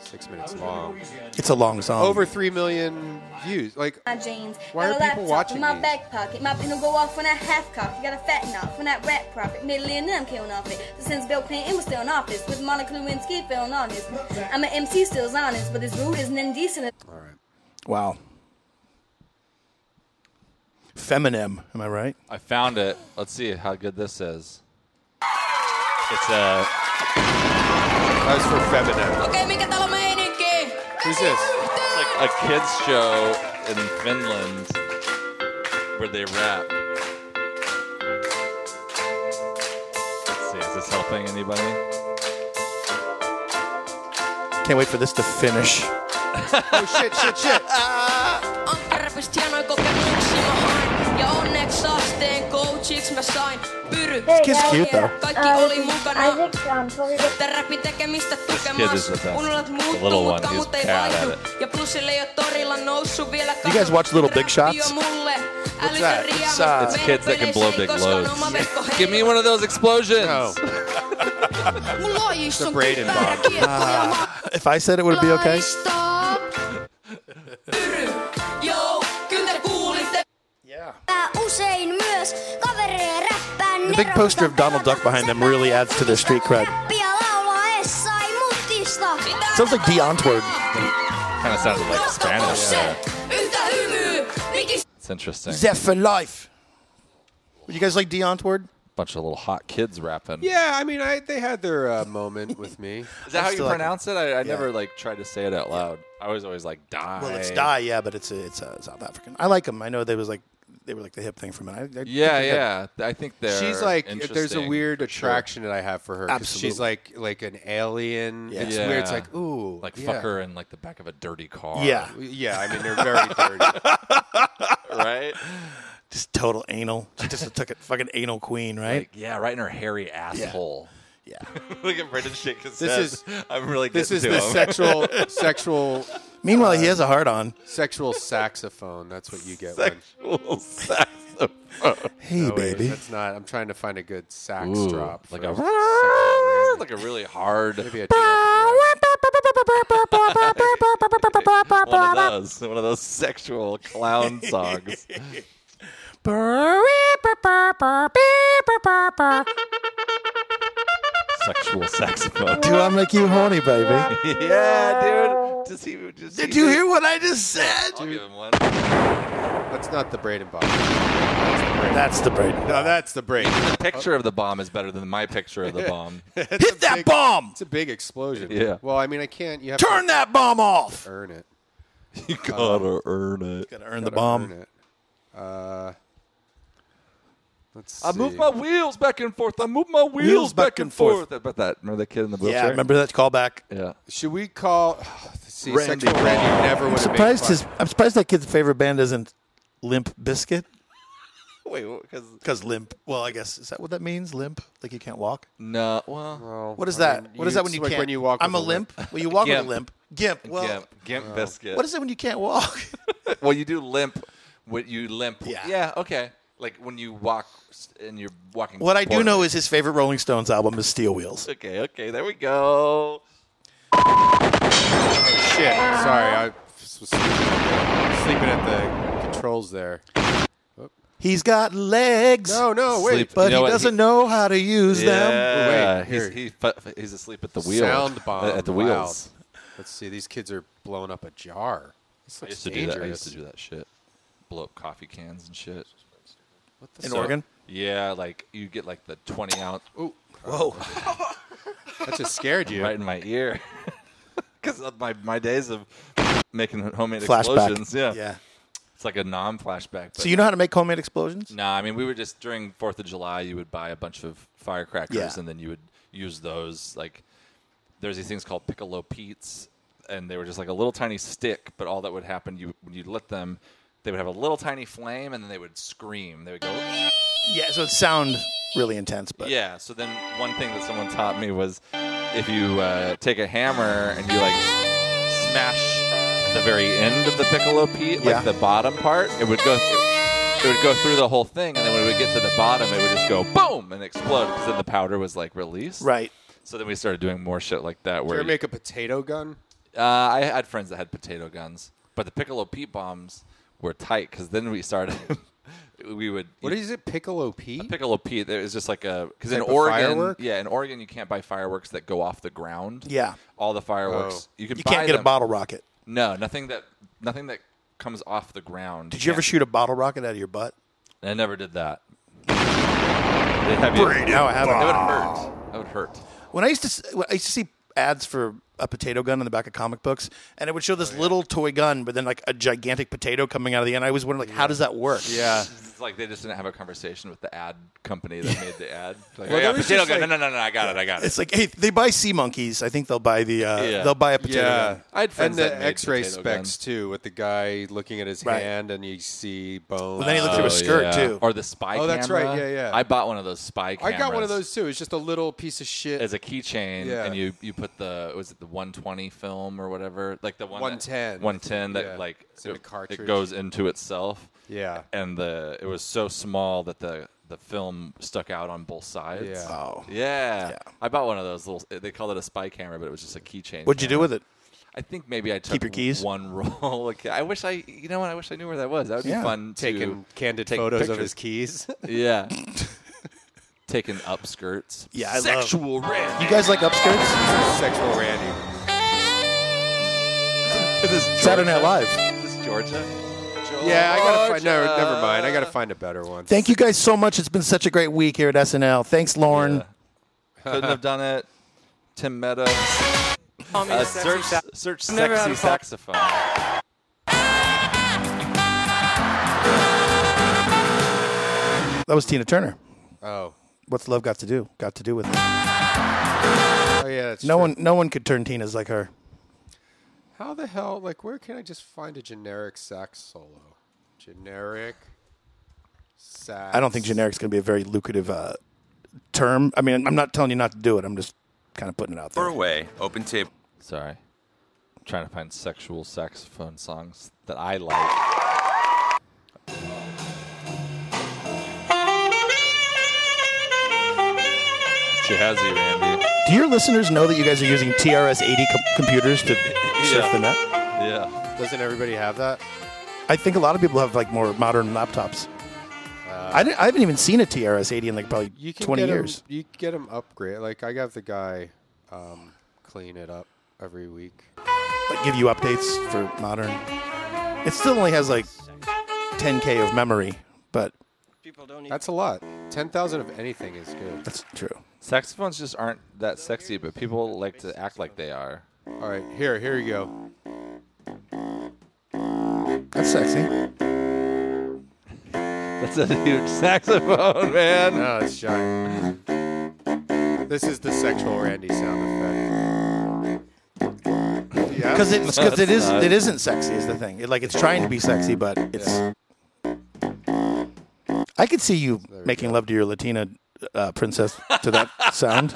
S3: Six minutes long.
S4: It's a long song.
S3: Over three million views. Like
S17: my jeans.
S3: Why
S17: got
S3: are
S17: a
S3: people
S17: laptop
S3: watching
S17: in my
S3: these?
S17: back pocket. My pen will go off when I half cock. You got a fat knock when that rap profit. Middle and them killing off it. So since Bill Clinton was still in office, with Monica Lewinsky feeling honest. I'm an MC still as honest, but this rude isn't indecent.
S4: Wow. Feminem, am I right?
S6: I found it. Let's see how good this is. It's a.
S3: That was for Feminem.
S17: Okay, make it all my energy.
S3: Who's this?
S6: It's like a kids show in Finland where they rap. Let's see, is this helping anybody?
S4: Can't wait for this to finish.
S3: oh shit, shit,
S17: [LAUGHS]
S3: shit.
S17: Ankarapis hienoja kokemuksia mä hain. Ja onneksi asteen coachiksi mä sain. Pyry.
S4: kid's cute, though.
S17: Kaikki oli mukana.
S16: Mutta
S17: räpi tekemistä
S6: kid is
S17: tukemassa.
S6: the best.
S17: Unelmat
S6: The
S17: muuttuu,
S6: little one,
S17: mutta
S6: he's
S17: mut ei
S6: bad at
S17: vaihdu.
S6: it.
S17: Ja plussille ei oo torilla noussut vielä
S4: You guys watch Little Big Shots?
S17: mulle. Älytön
S4: that?
S17: riemu.
S4: It's, uh,
S6: It's kids that can blow big loads. Give me one of those explosions.
S17: Mun lojissa on
S6: Braden
S17: kypärä kiekko ja ma-
S4: If I said it, would it be okay?
S17: Stop. Pyry. Joo, kyllä te kuulitte.
S16: Usein myös kavereen räppään
S4: The big poster of Donald Duck behind them really adds to their street cred.
S16: neroppia laulaa Essai Mutista.
S4: Sounds like Deontward.
S6: Kind that sounded like Spanish. there. It's interesting.
S4: Zeph for life. Would you guys like Dion Tward?
S6: Bunch of little hot kids rapping.
S3: Yeah, I mean, I, they had their uh, moment with me.
S6: Is that how you pronounce it? I, I never like tried to say it out loud. I was always like die.
S4: Well, it's die, yeah, but it's a, it's a South African. I like them. I know they was like they were like the hip thing for a minute. I, I [LAUGHS]
S6: Yeah,
S4: think
S6: yeah.
S4: that-
S6: I think they're.
S3: She's like if there's a
S6: interesting.
S3: weird
S6: Sure.
S3: attraction that I have for her. 'cause She's
S6: Absolutely.
S3: like like an alien. It's weird. It's like ooh,
S6: like
S3: yeah.
S6: fuck her in like the back of a dirty car.
S3: Yeah. Yeah, I mean, they're very
S6: [LAUGHS]
S3: dirty.
S6: right?
S4: Just total anal. She just took it fucking anal queen, right?
S6: Like, yeah, right in her hairy asshole.
S4: Yeah.
S6: Look at Brendan shake his
S3: This
S6: head.
S3: is
S6: I'm really.
S3: This is
S6: getting to
S3: the
S6: him.
S3: sexual
S6: [LAUGHS]
S3: sexual.
S4: Meanwhile,
S3: uh,
S4: he has a hard on.
S3: Sexual saxophone. That's what you get.
S6: [LAUGHS] when. saxophone.
S4: Hey,
S3: No, wait,
S4: baby.
S3: that's not. I'm trying to find a good sax
S6: Ooh,
S3: drop.
S6: like
S3: for-
S6: [LAUGHS] a like a really hard.
S3: Maybe a
S6: one of those, one of those sexual [LAUGHS] clown songs. sexual saxophone.
S4: Do I make you horny, baby?
S3: [LAUGHS]
S6: yeah, dude. Does he, does
S4: Did
S6: he-
S4: you hear what I just said?
S6: I'll give him one.
S3: That's not the Braden bomb. That's
S4: the Braden.
S3: No, that's the Braden.
S6: The picture of the bomb is better than my picture [LAUGHS] of the bomb.
S3: Hit
S4: that bomb.
S3: It's a big explosion.
S6: Yeah.
S3: Well, I mean, I can't. You have
S4: Turn
S3: to
S4: that bomb off.
S3: Earn it.
S6: You gotta earn it.
S4: Gotta
S6: earn the bomb.
S3: earn it. Uh, let's.
S6: I
S3: see.
S6: move my wheels back and forth. I move my wheels, back, and forth. About that, remember that kid in the wheelchair?
S4: remember that callback?
S6: Yeah.
S3: Should we call? [SIGHS] See,
S6: Randy
S3: sexual Randy
S6: Ball.
S3: never would
S4: I'm
S3: have
S4: surprised
S3: made
S4: his. I'm surprised that kid's favorite band isn't Limp Biscuit.
S6: Wait, because
S4: Because limp. Well, I guess is that what that means? Limp, like you can't walk.
S6: No. Well,
S4: What is
S3: I
S4: that?
S3: mean,
S4: what is
S3: you-
S4: that when
S3: it's
S4: you
S3: like
S4: can't?
S3: when you walk
S4: I'm a
S3: with a
S4: limp.
S3: limp.
S4: Well, you walk with
S6: Gimp.
S4: a limp. Gimp. Well,
S6: gimp, gimp biscuit.
S4: what is it when you can't walk?
S6: Well, you do limp. What you limp? Yeah. Okay. Like when you walk s- and you're walking.
S4: what I do
S6: poorly.
S4: know is his favorite Rolling Stones album is Steel Wheels.
S6: Okay. Okay. There we go.
S3: Oh, Shit. Sorry, I was sleeping at the, sleeping at the controls there.
S4: He's got legs.
S3: No, no, wait.
S6: Sleep-
S4: But
S6: you know
S4: he
S6: what?
S4: doesn't know how to use them.
S6: Yeah.
S3: wait,
S6: he's,
S3: here.
S6: he, fu- he's asleep at the wheel.
S3: Sound bomb
S6: At the
S3: Wow.
S6: wheels.
S3: Let's see. These kids are blowing up a jar. This
S6: I
S3: looks
S6: used to
S3: dangerous.
S6: do that. I used to do that shit. Blow up coffee cans and shit. What
S4: the- In Oregon?
S6: Yeah, like you get like the twenty ounce.
S3: Ooh.
S4: Whoa.
S3: that just scared you.
S6: right in my ear. [LAUGHS] Because of my, my days of making homemade
S4: Flashback.
S6: explosions. Yeah.
S4: Yeah.
S6: It's like a non flashback.
S4: So you know how to make homemade explosions?
S6: No, I mean, we were just during 4th of July, you would buy a bunch of firecrackers
S4: Yeah.
S6: and then you would use those. Like, there's these things called piccolo peats, and they were just like a little tiny stick, but all that would happen, you when you lit them, they would have a little tiny flame and then they would scream. They would go.
S4: Yeah. So it sound really intense, but
S6: Yeah. So then one thing that someone taught me was if you uh, take a hammer and you like smash the very end of the piccolo peat, like the bottom part, it would go. It, would go through the whole thing, and then when it would get to the bottom, it would just go boom and explode because then the powder was like released.
S4: Right.
S6: So then we started doing more shit like that.
S3: Do you
S6: Where
S3: ever make a potato gun?
S6: uh, I had friends that had potato guns, but the piccolo peat bombs were tight because then we started. [LAUGHS] we would.
S3: What is it? Piccolo P?
S6: Piccolo Pete. There is just like a because in
S3: Type of
S6: Oregon,
S3: firework?
S6: yeah, in Oregon you can't buy fireworks that go off the ground.
S4: Yeah.
S6: all the fireworks
S4: Oh.
S6: you can.
S4: You
S6: buy
S4: can't get a
S6: them.
S4: bottle rocket.
S6: No, nothing that nothing that comes off the ground.
S4: Did you ever
S6: can't-
S4: shoot a bottle rocket out of your butt?
S6: I never did that. They have you-
S4: Braden No, I haven't.
S6: That would hurt. That would hurt.
S4: When I used to, s- when I used to see ads for a potato gun on the back of comic books, and it would show this little toy gun, but then like a gigantic potato coming out of the end. I was wondering, like, how does that work?
S6: It's like they just didn't have a conversation with the ad company that made
S4: [LAUGHS]
S6: the ad. Like,
S4: Well,
S6: I got
S4: there was
S6: potato
S4: just,
S6: gun.
S4: like-
S6: no, no, no, no, I got it. I got it.
S4: It's like, hey, they buy sea monkeys. I think they'll buy the, uh,
S6: Yeah.
S4: they'll buy a potato
S3: Yeah,
S4: gun.
S6: I had friends
S3: and the
S6: that made
S3: X-ray
S6: potato
S3: specs
S6: guns.
S3: too, with the guy looking at his
S6: Right.
S3: hand and you see bones.
S4: Well, then he looked through his skirt too.
S6: Or the spy.
S3: Oh, that's right.
S6: camera.
S3: Yeah, yeah.
S6: I bought one of those spy.
S3: Oh. I
S6: Cameras.
S3: got one of those too. It's just a little piece of shit.
S6: as a keychain,
S3: Yeah.
S6: and you you put the was it the 120 film or whatever, like the one that-
S3: 110.
S6: 110 that
S3: Yeah.
S6: like
S3: It's in a
S6: it-
S3: cartridge.
S6: It goes into itself.
S3: Yeah.
S6: and the it was so small that the the film stuck out on both sides.
S3: Yeah.
S4: Oh.
S6: yeah. I bought one of those little. They called it a spy camera, but it was just a keychain.
S4: What'd you do
S6: camera.
S4: with it?
S6: I think maybe I took
S4: your keys?
S6: one [LAUGHS] roll. Like, I wish I, you know what? I wish I knew where that was. That would
S3: Yeah.
S6: be fun.
S3: Taking
S6: to
S3: candid
S6: take
S3: photos of
S6: pictures.
S3: his [LAUGHS] keys.
S6: [LAUGHS] yeah, taking upskirts.
S4: Yeah, I [LAUGHS]
S6: sexual
S4: love.
S6: Randy.
S4: You guys like upskirts?
S3: Sexual Randy.
S6: this
S4: Saturday Night Live.
S6: Is this Georgia?
S3: Yeah, I gotta find. No,
S6: Georgia.
S3: never mind. I gotta find a better one.
S4: Thank you guys so much. It's been such a great week here at SNL. Thanks, Lauren.
S6: Couldn't have done it. Tim Meadows. Uh, search search
S4: I've never had
S6: sexy
S4: a phone.
S6: saxophone.
S4: That was Tina Turner.
S3: Oh.
S4: What's love got to do? Got to do with it.
S3: Oh yeah, that's
S4: no
S3: true.
S4: one, no one could turn Tina's like her.
S3: How the hell? Like, where can I just find a generic sax solo? Generic sax.
S4: I don't think generic's going to be a very lucrative uh, term. I mean, I'm not telling you not to do it. I'm just kind of putting it out there.
S6: away. Open table. Sorry. I'm trying to find sexual saxophone songs that I like. She has you, Randy.
S4: Do your listeners know that you guys are using TRS-80 com- computers to surf the net?
S6: Yeah.
S3: Doesn't everybody have that?
S4: I think a lot of people have like more modern laptops. I, didn't, I haven't even seen a TRS-80 in like probably
S3: You can
S4: 20
S3: get 'em-
S4: years.
S3: you can get them upgrade. Like, I have the guy um, clean it up every week.
S4: Like, give you updates for modern. It still only has like 10k of memory, but
S3: That's a lot. Ten thousand of anything is good.
S4: That's true.
S6: Saxophones just aren't that sexy, but people like to act like they are.
S3: All right, here, here you go.
S4: that's sexy.
S6: That's a huge saxophone, man.
S3: No, Ah, it's giant. This is the sexual Randy sound effect. Yeah,
S4: Because it's because it is it isn't sexy is the thing. It, like it's trying to be sexy, but it's. I could see you making love to your Latina uh, princess to
S3: [LAUGHS]
S4: that sound.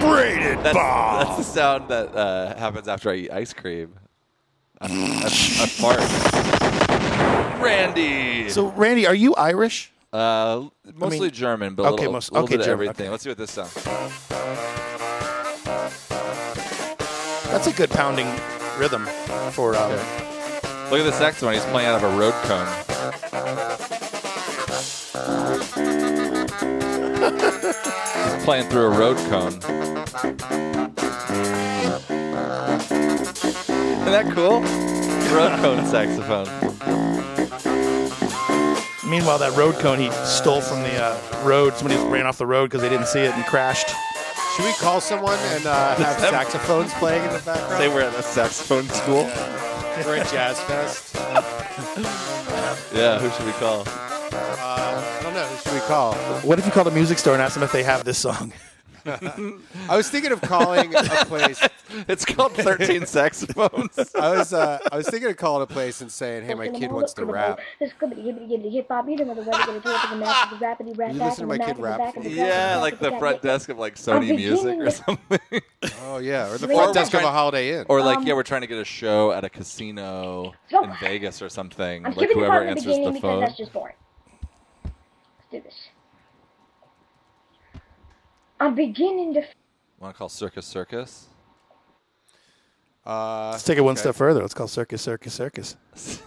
S6: Braided that's,
S4: balls.
S6: That's the sound that uh, happens after I eat ice cream. I, I, I fart. Randy.
S4: So, Randy, are you Irish?
S6: Uh, mostly
S4: mean-
S6: German, but a
S4: okay,
S6: little,
S4: most-
S6: little
S4: okay,
S6: bit of
S4: German,
S6: everything.
S4: okay.
S6: Let's see what this sounds.
S4: That's a good pounding rhythm for. Um,
S6: Look at this next one. He's playing out of a road cone. He's playing through a road cone. Isn't that cool? Road cone saxophone.
S4: Meanwhile, that road cone he stole from the uh, road. Somebody ran off the road because they didn't see it and crashed.
S3: Should we call someone and uh, have
S4: Them-
S3: saxophones playing in the background?
S4: They were at a saxophone school.
S3: We're at [LAUGHS] Jazz Fest.
S6: Yeah, who should we call?
S3: Uh, I don't know. Who should we call?
S4: What if you called a music store and asked them if they have this song?
S3: Uh, I was thinking of calling a place.
S6: It's called [LAUGHS] 13 Saxophones.
S3: I was uh, I was thinking of calling a place and saying, "Hey, my kid wants to rap." You listen to my kid rap?
S6: Yeah, like the front desk of like Sony Music or something.
S3: Oh yeah, or the
S6: Or
S3: front
S6: like
S3: desk of
S6: trying-
S3: a Holiday Inn.
S6: Or like, yeah, we're trying to get a show at a casino
S16: Um, So-
S6: in Vegas or something.
S16: I'm
S6: like
S16: giving you
S6: whoever
S16: part in the
S6: answers
S16: beginning
S6: the
S16: because
S6: phone.
S16: that's just boring. Let's do this. I'm beginning to.
S6: Want to call Circus Circus?
S3: Uh,
S4: Let's take it one
S3: okay.
S4: step further. Let's call Circus, Circus, Circus.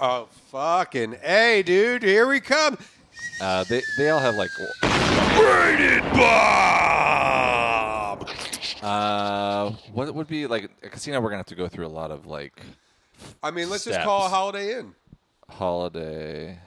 S3: Oh fucking hey, dude! Here we come.
S6: Uh, they they all have like.
S3: Braided
S6: Bob. Uh, what would be like a casino? We're gonna have to go through a lot of like
S3: I mean, let's just
S6: Steps.
S3: call a Holiday Inn.
S6: holiday.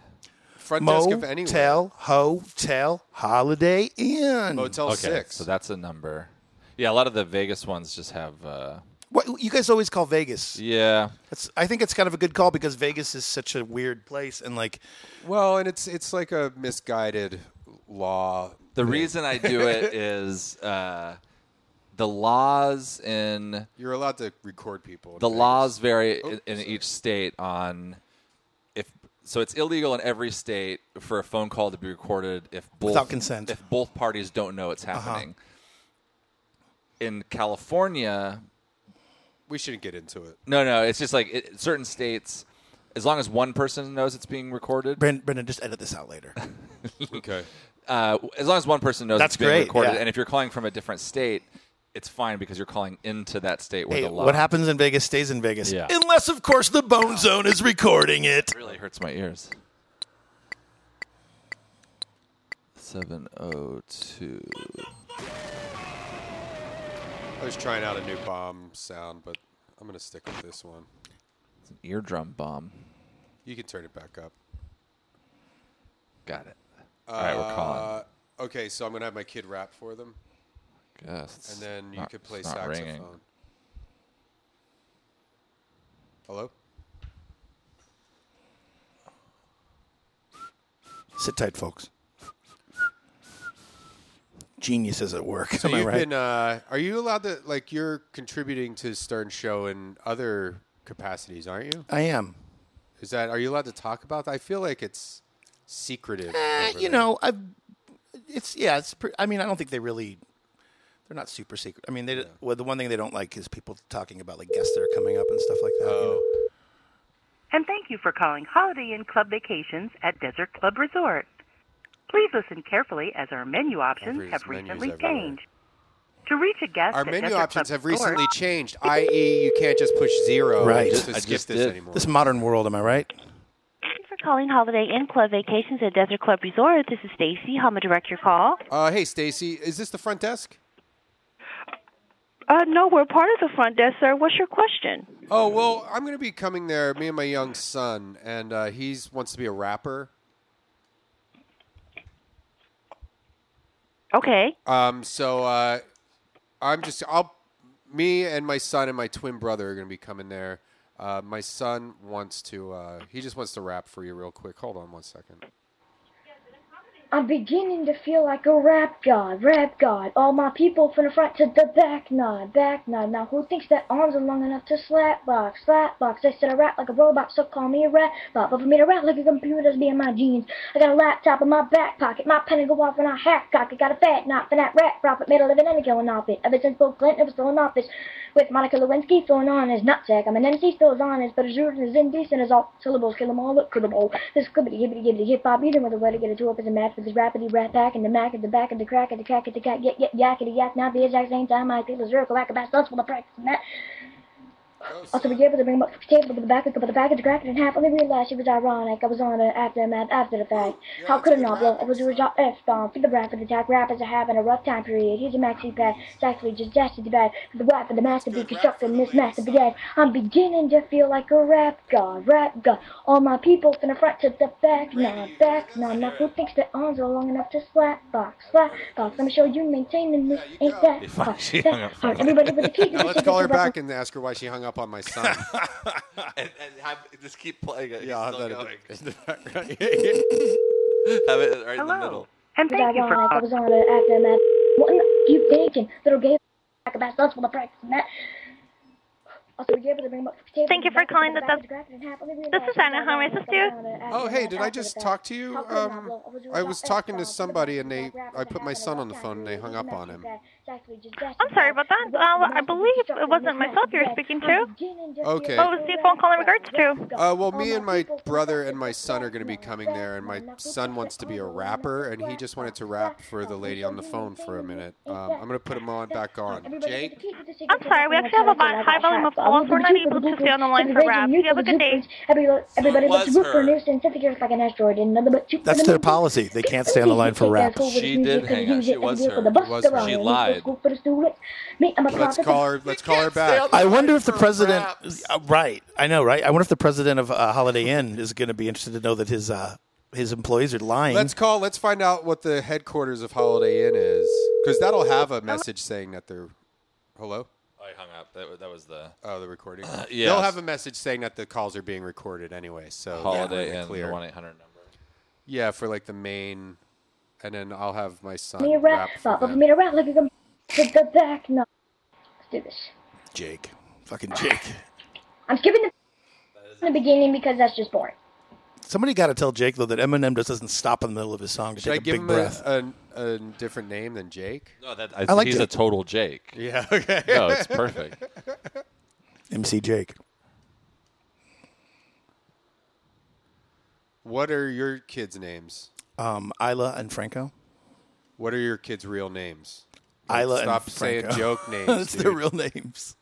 S3: Front desk of anywhere.
S4: Motel, hotel, Holiday Inn.
S3: Motel
S6: okay, so that's a number. Yeah, a lot of the Vegas ones just have. Uh,
S4: What you guys always call Vegas?
S6: yeah,
S4: It's, I think it's kind of a good call because Vegas is such a weird place, and like
S3: Well, and it's it's like a misguided law.
S6: The
S3: thing.
S6: reason I do it is uh, the laws in
S3: you're allowed to record people. in
S6: the
S3: Vegas.
S6: laws vary
S3: Oh,
S6: in, in each state on if so it's illegal in every state for a phone call to be recorded if both
S4: Without consent.
S6: if both parties don't know it's happening. In California,
S3: We shouldn't get into
S6: [LAUGHS]
S3: it.
S6: no, no, it's just like it, certain states. As long as one person knows it's being recorded,
S4: Brendan, Brendan just edit this out
S3: [LAUGHS]
S4: later.
S3: okay.
S6: Uh, as long as one person knows
S4: That's
S6: it's being
S4: great,
S6: recorded,
S4: yeah.
S6: and if you're calling from a different state, it's fine because you're calling into that state where
S4: hey,
S6: the law.
S4: what happens in Vegas stays in Vegas.
S6: Yeah.
S4: Unless, of course, the Bone Zone is recording it.
S6: Really hurts my ears. Seven oh two.
S3: I was trying out a new bomb sound, but I'm gonna stick with this one.
S6: It's an eardrum bomb.
S3: You can turn it back up.
S6: Got it. All right, we're calling.
S3: Uh, Okay, so I'm gonna have my kid rap for them,
S6: Yes, it's
S3: and then you
S6: not-
S3: could play
S6: it's not
S3: saxophone.
S6: ringing.
S3: Hello.
S4: Sit tight, folks. Geniuses at work.
S3: So
S4: Am I
S3: you've
S4: right?
S3: been. Uh, are you allowed to like? You're contributing to Stern Show in other capacities, aren't you?
S4: I am.
S3: Is that? Are you allowed to talk about? that? I feel like it's secretive.
S18: Uh,
S4: Eh,
S3: over
S4: you
S3: there.
S4: know, I've. It's yeah. It's. Pre- I mean, I don't think they really. They're not super secret. I mean, they. Well, the one thing they don't like is people talking about like guests that are coming up and stuff like that. Oh.
S18: And thank you for calling Holiday Inn Club Vacations at Desert Club Resort. Please listen carefully as our menu options
S3: Every-
S18: have
S3: menus
S18: recently
S3: everywhere.
S18: changed. To reach a guest
S3: Our
S18: at
S3: menu
S18: Desert
S3: options
S18: Club
S3: have
S18: Resort-
S3: recently changed, i.e., you can't just push zero
S4: Right.
S3: to skip this anymore.
S4: This modern world, am I right?
S19: Thank you for calling Holiday Inn Club Vacations at Desert Club Resort. This is Stacy. How may I direct your call?
S3: Uh, hey, Stacy, is this the front desk?
S19: Uh, no, we're part of the front desk, sir. What's your question?
S3: Oh well, I'm gonna be coming there. Me and my young son, and uh, he's wants to be a rapper.
S19: Okay.
S3: Um, so uh, I'm just I'll me and my son and my twin brother are gonna be coming there. Uh, my son wants to. Uh, he just wants to rap for you real quick. Hold on one [LAUGHS] second.
S20: I'm beginning to feel like a rap god, rap god. All my people from the front to the back nod, back nod. Now who thinks that arms are long enough to slap box, slap box? They said I rap like a robot, so call me a rat bot. But for me to rap like a computer's be in my jeans. I got a laptop in my back pocket, my pen to go off when I hack cock. I got a fat knot for that rap profit, made a living and a killing off it. Ever since Bill Clinton was still in office, with Monica Lewinsky filling on his nutsack. I'm an MC still as honest, but as rude and as indecent as all syllables. Kill 'em all, look, kill 'em all. This clippity, gibbity, gibbity, hip hop. You don't know the way to get a two up as a match with this rapidity, rat pack, and the mac, and the back, and the crack, and the crack, and the cat, yet, yet, yakety, yak. Now, the exact same time, I feel a zero, whack, a bass, that's full of practice, and that. Also, we gave her the ring up to the table with the back, up with the back, and crack it in half. Only realized she was ironic. I was on her aftermath after the fact. How could a novel? I was a result F bomb. Feel the rap for the attack. Rappers are having a rough time period. Here's a maxi pad. It's actually just dastardly bad. For the rap and the master be constructing this master brigade. I'm beginning to feel like a rap god, rap god. All my people from the front to the back now, back now. Now who thinks their arms are long enough to slap box, slap box? I'm sure you maintaining this ain't that hard.
S3: She
S20: That
S3: hung up
S20: hard. Everybody with a key.
S3: Now let's call her back and ask her why she hung up on my son.
S6: [LAUGHS]
S3: [LAUGHS]
S6: and and have, just keep playing it.
S3: Yeah, I'll
S6: It's still
S3: have
S6: going.
S4: [LAUGHS]
S6: [LAUGHS]
S3: have
S6: it right in the
S20: Hello.
S6: middle.
S20: And
S6: thank you for-
S20: I was on the aftermath. What in the- you thinking? Little gay back about stuff for the practice and that. Also, we gave her the ring box.
S19: Thank you for calling the Dub- This is Anna. How may I assist you?
S3: Oh, hey, did I just talk to you? Um, I was talking to somebody, and they I put my son on the phone, and they hung up on him.
S19: I'm sorry about that. Uh, I believe it wasn't myself you were speaking to.
S3: Okay.
S19: What was the phone call in regards to?
S3: Uh, well, me and my brother and my son are going to be coming there, and my son wants to be a rapper, and he just wanted to rap for the lady on the phone for a minute. Um, I'm going to put him on back on. Jake,
S19: I'm sorry, we actually have a vi- high volume of calls. We're not able to stay on the line for rap. You have a good day.
S20: Everybody
S4: was
S20: looks root
S4: her.
S20: for news and figures like an asteroid and another but two
S4: That's their policy. They can't stay on the line for rap.
S6: She did hang up. She was her. Was her. She lied.
S3: let's call her. Let's call her back.
S4: I wonder if the president. Uh, right, I know, right. I wonder if the president of uh, Holiday Inn is going to be interested to know that his uh, his employees are lying.
S3: Let's call. Let's find out what the headquarters of Holiday Inn is, because that'll have a message saying that they're. Hello.
S6: I hung up. That, wa- that was the
S3: oh the recording.
S6: yeah,
S3: They'll have a message saying that the calls are being recorded anyway. So
S6: Holiday
S3: yeah,
S6: Inn, the one eight hundred number.
S3: Yeah, for like the main, and then I'll have my son
S20: Me a
S3: rap
S20: rap
S3: for
S20: bot, but
S3: them.
S20: for me to rap like a com- to the back now. Let's do this.
S4: Jake, fucking Jake.
S20: I'm skipping the, the beginning because that's just boring.
S4: Somebody got to tell Jake though that Eminem just doesn't stop in the middle of his song to
S3: Should
S4: take
S3: I
S4: a
S3: give
S4: big
S3: him
S4: breath.
S3: a, a, a different name than Jake?
S6: No, that
S4: I like
S6: he's
S4: Jake.
S6: a total Jake. [LAUGHS]
S3: Yeah, okay.
S6: No, it's perfect.
S4: MC Jake.
S3: What are your kids' names?
S4: Um, Isla and Franco.
S3: What are your kids' real names? Like,
S4: Isla
S3: Stop
S4: and [LAUGHS]
S3: saying
S4: Franco.
S3: joke names.
S4: That's their
S3: dude.
S4: real names.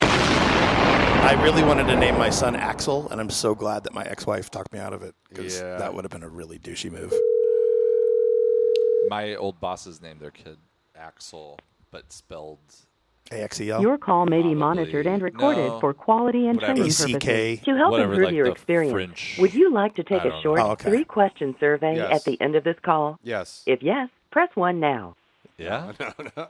S4: I really wanted to name my son Axel, and I'm so glad that my ex-wife talked me out of it because
S6: Yeah.
S4: that would have been a really douchey move.
S6: My old bosses named their kid Axel, but spelled
S4: AXEL.
S21: Your call may be monitored and recorded
S4: No.
S21: for quality and
S4: Whatever.
S21: training
S4: ECK.
S21: purposes. To help
S4: Whatever,
S21: improve
S4: like
S21: your
S4: the
S21: experience,
S4: French-
S21: would you like to take
S4: I don't
S21: a
S4: know.
S21: short
S4: Oh, okay.
S21: three-question survey
S4: Yes.
S21: at the end of this call?
S3: Yes.
S21: If yes, press one now.
S6: Yeah.
S3: No, no.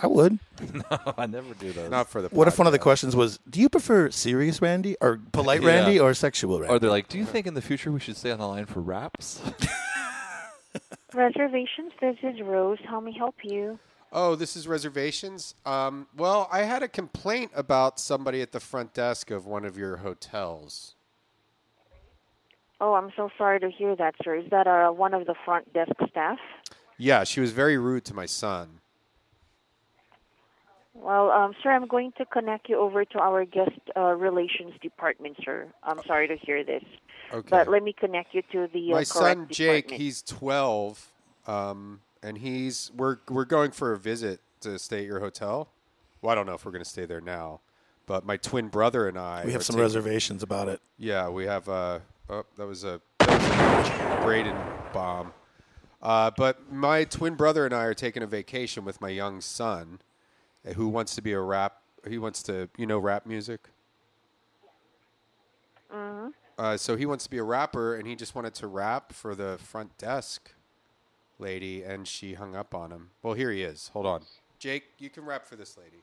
S4: I would.
S6: no, [LAUGHS] I never do those.
S3: Not for the.
S4: What if one of the questions was, do you prefer serious Randy or polite
S6: Yeah.
S4: Randy or sexual Randy?
S6: Or they're like, do you think in the future we should stay on the line for raps? [LAUGHS]
S22: Reservations, this is Rose. How may I help you?
S3: Oh, this is reservations. Um, well, I had a complaint about somebody at the front desk of one of your hotels.
S22: Oh, I'm so sorry to hear that, sir. Is that uh, one of the front desk staff?
S3: Yeah, she was very rude to my son.
S22: Well, um, sir, I'm going to connect you over to our guest uh, relations department, sir. I'm sorry to hear this.
S3: Okay.
S22: But let me connect you to the uh,
S3: my
S22: correct
S3: son Jake,
S22: department.
S3: he's 12, um, and he's we're we're going for a visit to stay at your hotel. Well, I don't know if we're going to stay there now, but my twin brother and I
S4: we
S3: are
S4: have some
S3: taking-
S4: reservations about it.
S3: Yeah, we have. Uh, oh, that was a, that was a Braden bomb. Uh, but my twin brother and I are taking a vacation with my young son, uh, who wants to be a rap. He wants to, you know, rap music.
S22: Mhm.
S3: Uh, so he wants to be a rapper, and he just wanted to rap for the front desk lady, and she hung up on him. Well, here he is. Hold on. Jake, you can rap for this lady.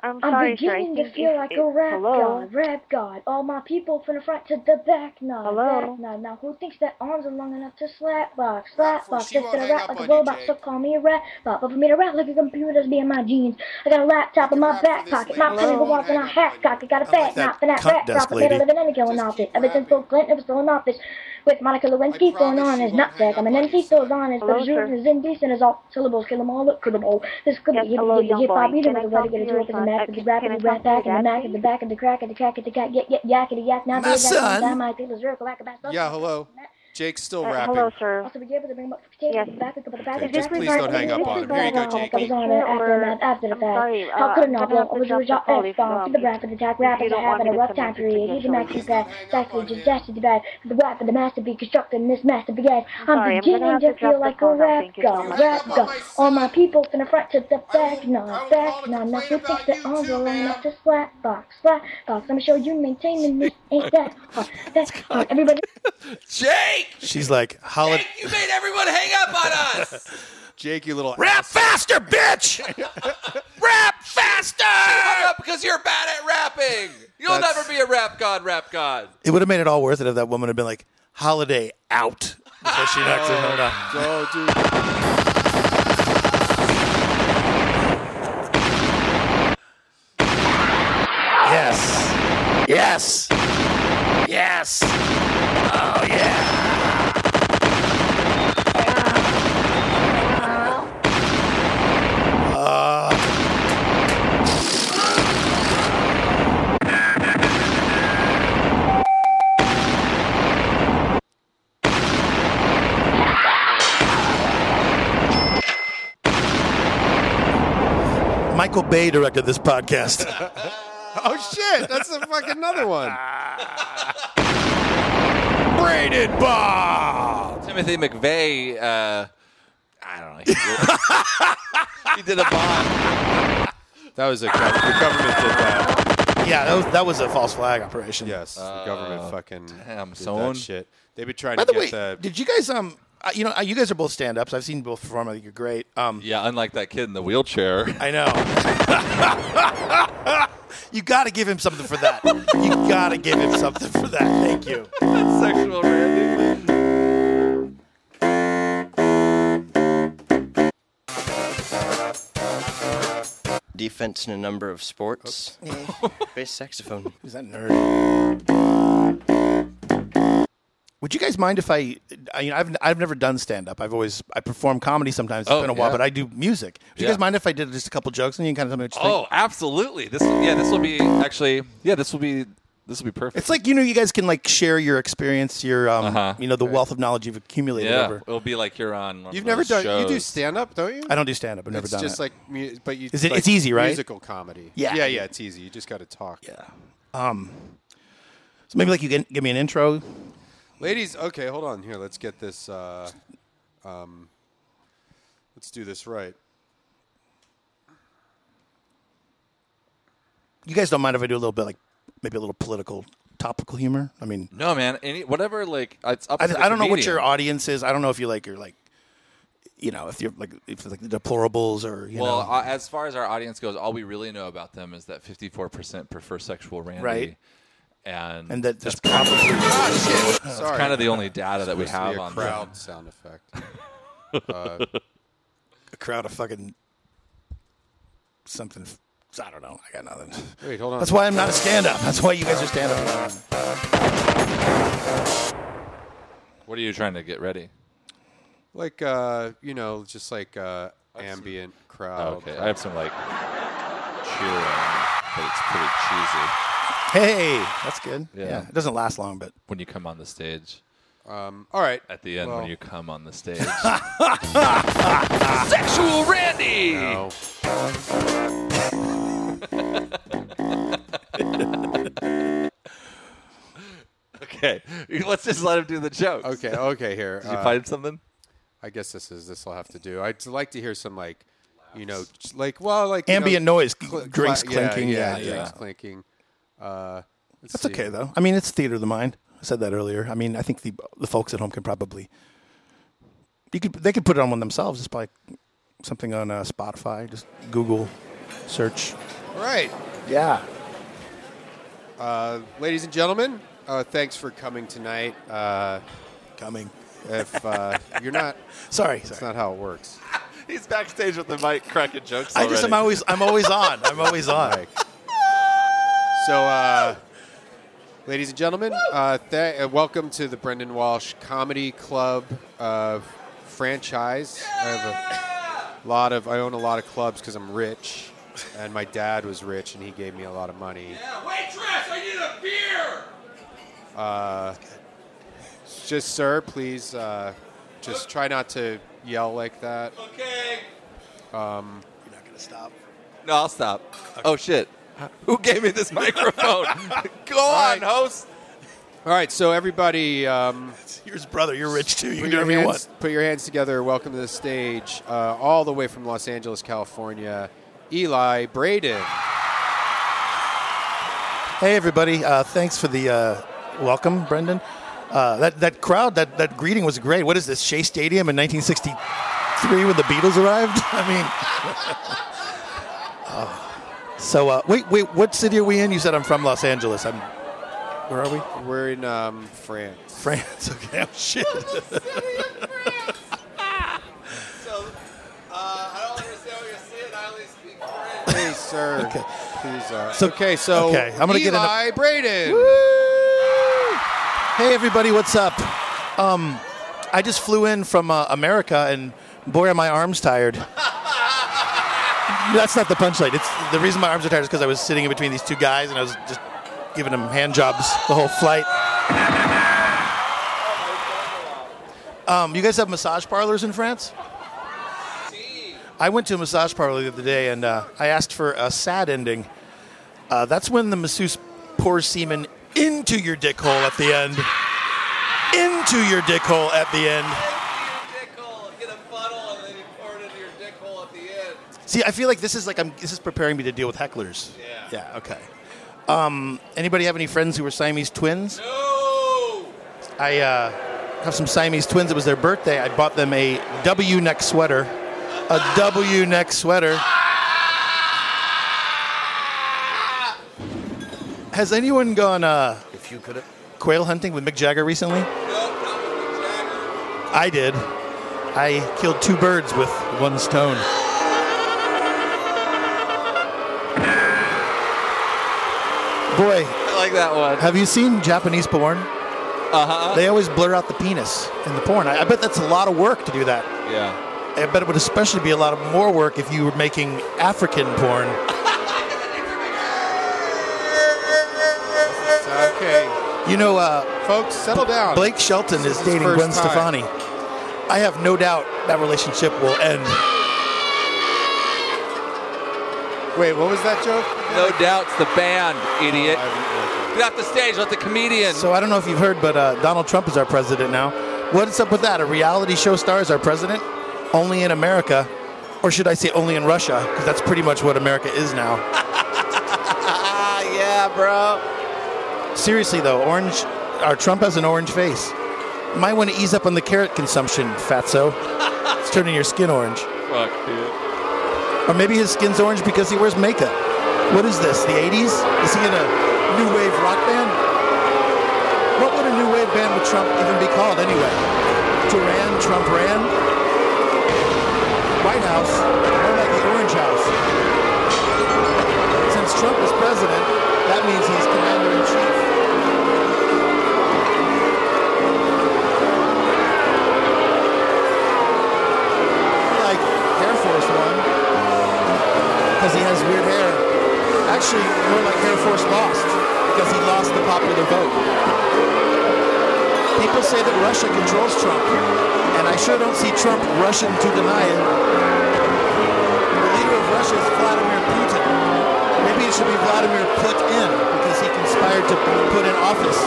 S22: I'm
S11: Oh,
S20: I'm
S22: sorry, sir. I
S20: beginning to
S22: think
S20: feel
S22: if
S20: like
S22: it-
S20: a rap
S22: hello?
S20: god, rap god. All my people from the front to the back now,
S22: Hello?
S20: back now. Now who thinks that arms are long enough to slap box, slap box?
S22: she
S20: Just
S22: won't
S20: gonna
S22: hang
S20: rap
S22: up
S20: like a
S22: on you,
S20: robot, so call me a rap bot. But for me to rap like a computer to be in my jeans. I got a laptop in my back pocket, my
S22: lady.
S20: pen
S22: Hello?
S20: is walking on half cock. I got a fat
S22: that
S20: knot for that
S22: cunt
S20: rap
S22: desk
S20: bot. I
S22: lady.
S20: living in a killing office. Ever since Bill Clinton was still in office, with Monica Lewinsky going on his nutsack. I'm an MC still is honest, but
S22: Hello,
S20: his
S22: sir.
S20: shooting is indecent as all syllables. Kill 'em all, look, kill 'em all. This could
S22: Yes,
S20: be
S22: hello, young
S20: if I
S22: boy.
S20: beat him
S22: Can I
S20: with a
S22: talk
S20: way to get
S22: to
S20: a
S22: your
S20: joke in the
S22: son?
S20: mac,
S22: Uh,
S20: with the
S22: can-
S20: rap,
S22: can I
S20: with the
S22: talk
S20: rat
S22: to your
S20: back, and the
S22: dad,
S20: mac, and the back, and the crack, and the crack, and the crack, yak, yak, yak, yakety yak. Now
S3: My
S20: do that,
S3: son.
S20: now my people's jerk, whack, about stuff.
S3: Yeah, hello. Jake's still
S20: Uh,
S3: rapping.
S20: hello,
S22: sir.
S20: Also, be able to bring him up for potato,
S22: Yes.
S20: the back, the back,
S3: Okay, just please don't hang up on him. Here you go, Jake.
S20: I was on it after that, after the fact.
S22: Uh,
S20: How could it not be? I was a job F bomb. Keep the rap of the attack, rap is a half and a rough time period. He's a max is that. Exactly, just dash it to bed. The whack of the master be constructing this master begins.
S22: sorry,
S20: I'm
S22: I'm gonna
S20: beginning
S22: have
S20: to
S22: to
S20: feel
S22: drop
S20: like
S22: the
S20: a
S22: phone now.
S20: rap
S22: Thank you so
S20: god,
S22: much.
S20: rap god. All my people from the front to the back, nah, back, nah. Now who thinks that arms are long enough to slap box, slap box? I'm sure you maintaining
S3: [LAUGHS]
S20: this ain't that hard. That's hard. Everybody.
S4: Jake! She's like, holiday.
S9: You made everyone hang up on us.
S3: Jake, you little
S9: Rap faster,
S4: [LAUGHS]
S9: bitch! rap faster! hung up because you're bad at rapping.
S6: You'll never be a rap god, rap god.
S4: It would have made it all worth it if that woman had been like, holiday out. Before she knocks her head off.
S3: Oh, dude.
S4: Yes. Yes. Yes. Oh, yeah. Michael Bay directed this podcast.
S3: oh shit! That's a fucking
S4: [LAUGHS]
S3: another one. Braided Bob.
S6: Timothy McVeigh. Uh, I don't know. He did, [LAUGHS] he did a bomb.
S3: That was a gov- the government did that.
S4: Yeah, that was, that was a false flag operation.
S3: Yes,
S4: Uh,
S3: the government fucking
S6: damn,
S3: did
S6: someone.
S3: that shit. They've been trying
S4: By
S3: to
S4: the
S3: get
S4: way,
S3: the
S4: did you guys um, uh, you know, uh, you guys are both stand-ups. I've seen you both perform. I think you're great. Um,
S6: yeah, unlike that kid in the wheelchair.
S4: I know. [LAUGHS] you got to give him something for that. You got to give him something for that. Thank you.
S6: Sexual Randy.
S23: Defense in a number of sports. Bass saxophone.
S4: Who's that nerd? Would you guys mind if I? I mean, I've I've never done stand up. I've always I perform comedy sometimes. It's
S6: Oh,
S4: been a while,
S6: yeah.
S4: but I do music. Would you
S6: Yeah.
S4: guys mind if I did just a couple jokes and you can kind of tell me what you think?
S6: Oh, absolutely. This yeah, this will be actually yeah, this will be this will be perfect.
S4: It's like you know, you guys can like share your experience, your um, you know, the wealth of knowledge you've accumulated
S6: Uh-huh. yeah,
S4: over.
S6: it'll be like you're on. One
S3: You've
S6: of
S3: never
S6: those
S3: done. You do
S6: shows.
S3: stand up, don't you?
S4: I don't do stand-up. I've never
S3: it's
S4: done
S3: just
S4: it.
S3: like, mu- but you.
S4: Is it-
S3: like
S4: it's easy, right?
S3: Musical comedy.
S4: Yeah.
S3: yeah, yeah. It's easy. You just got to talk.
S4: Yeah. Um, so maybe like you can give me an intro.
S3: Ladies, okay, hold on here. Let's get this. Uh, um, let's do this right.
S4: you guys don't mind if I do a little bit like maybe a little political topical humor? I mean,
S6: No, man. Any whatever. Like it's up.
S4: I,
S6: to the
S4: I don't know what
S6: comedian.
S4: your audience is. I don't know if you like you're like, you know, if you're like if it's like the deplorables or you
S6: well,
S4: know.
S6: uh, as far as our audience goes, all we really know about them is that 54% prefer sexual Randy.
S4: Right.
S6: And,
S4: And that that's probably
S6: That's kind of the only data that we
S3: Supposed to
S6: have
S3: be a
S6: on
S3: crowd
S6: them.
S3: sound effect. Uh,
S4: a crowd of fucking something. f- I don't know. I got nothing.
S3: Wait, hold on.
S4: That's why I'm not a stand-up. That's why you guys are stand-up.
S6: What are you trying to get ready?
S3: like uh, you know, just like uh, ambient crowd.
S6: okay, I have some like cheering, but it's pretty cheesy.
S4: Hey, that's good.
S6: Yeah.
S4: Yeah. it doesn't last long, but
S6: When you come on the stage.
S3: Um, all right.
S6: At the end,
S3: Well-
S6: when you come
S3: [LAUGHS]
S6: on the stage.
S9: Sexual Randy!
S6: No. okay, [LAUGHS] let's just let him do the jokes.
S3: [LAUGHS] Okay, uh, okay. Here,
S6: Did you find something?
S3: I guess this is this will have to do. I'd like to hear some like, you know, j- like well, like you
S4: Ambient
S3: know,
S4: noise, drinks clinking,
S3: yeah,
S4: yeah, yeah.
S3: drinks clinking. Uh, let's
S4: that's
S3: see.
S4: okay though. I mean, it's theater of the mind. I said that earlier. I mean, I think the the folks at home can probably you could they could put it on one themselves. It's probably something on uh, Spotify. Just Google search.
S3: All right.
S4: Yeah.
S3: Uh, ladies and gentlemen, uh, thanks for coming tonight. Uh,
S4: coming.
S3: If uh, you're not,
S4: sorry,
S3: that's not how it works.
S6: He's backstage with the mic cracking jokes.
S4: I just am always I'm always on. I'm
S3: [LAUGHS]
S4: always on.
S3: So, uh, ladies and gentlemen, uh, th- uh, welcome to the Brendan Walsh Comedy Club uh, franchise. I have a lot of I own a lot of clubs because I'm rich, and my dad was rich, and he gave me a lot of money.
S9: Waitress, I need a beer!
S3: Uh, just, sir, please, uh, just try not to yell like that.
S9: Okay.
S3: Um,
S4: You're not gonna stop.
S6: No, I'll stop. Oh shit! [LAUGHS] Who gave me this microphone? [LAUGHS] Go on, host.
S3: All right, so everybody. Um,
S4: Here's brother. You're rich too. You
S3: put
S4: can do
S3: your
S4: whatever you
S3: hands-
S4: want.
S3: Put your hands together. Welcome to the stage, uh, all the way from Los Angeles, California, Eli Braden.
S4: Hey everybody! Uh, thanks for the uh, welcome, Brendan. Uh, that that crowd, that that greeting was great. What is this Shea Stadium in 1963 when the Beatles arrived? [LAUGHS] I mean, Oh. so uh, wait, wait, what city are we in? You said I'm from Los Angeles. I'm Where are we? [LAUGHS]
S3: We're in um, France.
S4: France. Okay, I'm shit.
S6: So, uh, I don't understand what you're saying. I only speak French.
S3: Hey, sir.
S4: Okay.
S3: Please, uh,
S4: So-
S3: okay, so
S4: okay, I'm gonna get an-
S3: Eli Braden.
S4: Hey everybody, what's up? Um, I just flew in from uh, America, and boy, are my arms tired. That's not the punchline. It's the reason my arms are tired is because I was sitting in between these two guys, and I was just giving them hand jobs the whole flight. Um, you guys have massage parlors in France? I went to a massage parlor the other day, and uh, I asked for a sad ending. Uh, that's when the masseuse pours semen into your dick hole at the end. Into your dick hole at the end. See, I feel like this is like I'm. This is preparing me to deal with hecklers. Yeah. Yeah. Okay. Um, anybody have any friends who were Siamese twins?
S9: No!
S4: I uh, have some Siamese twins. It was their birthday. I bought them a W neck sweater. A W neck sweater. Has anyone gone uh,
S9: If you could
S4: quail hunting with Mick Jagger recently? I did. I killed two birds with one stone. Boy,
S6: I like that one.
S4: have you seen Japanese porn?
S6: Uh huh.
S4: They always blur out the penis in the porn. I, I bet that's a lot of work to do that.
S6: Yeah.
S4: I bet it would especially be a lot of more work if you were making African porn.
S3: Okay,
S4: You know, uh,
S3: folks, settle down.
S4: Blake Shelton is dating
S3: first
S4: Gwen
S3: time.
S4: Stefani. I have no doubt that relationship will end.
S3: Wait, what was that joke?
S6: No doubts the band, idiot. Get off the stage. Let the comedian.
S4: So I don't know if you've heard, but uh, Donald Trump is our president now. What's up with that? A reality show star is our president? Only in America, or should I say only in Russia? Because that's pretty much what America is now.
S23: up, bro?
S4: Seriously though, orange. Our Trump has an orange face. Might want to ease up on the carrot consumption, fatso. it's turning your skin orange.
S6: Fuck, dude.
S4: Or maybe his skin's orange because he wears makeup. What is this? The 80s? Is he in a new wave rock band? What would a new wave band with Trump even be called anyway? Duran, Trump Ran? White House? More like the Orange House. Since Trump is president, that means he's commander in chief. Like Air Force One because he has weird hair. Actually, more like Air Force Lost because he lost the popular vote. People say that Russia controls Trump, and I sure don't see Trump rushing to deny it. The leader of Russia is Vladimir Putin. Maybe it should be Vladimir Put in because he conspired to put in office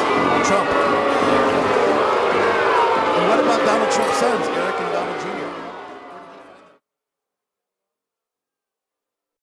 S4: Trump. And what about Donald Trump's sons?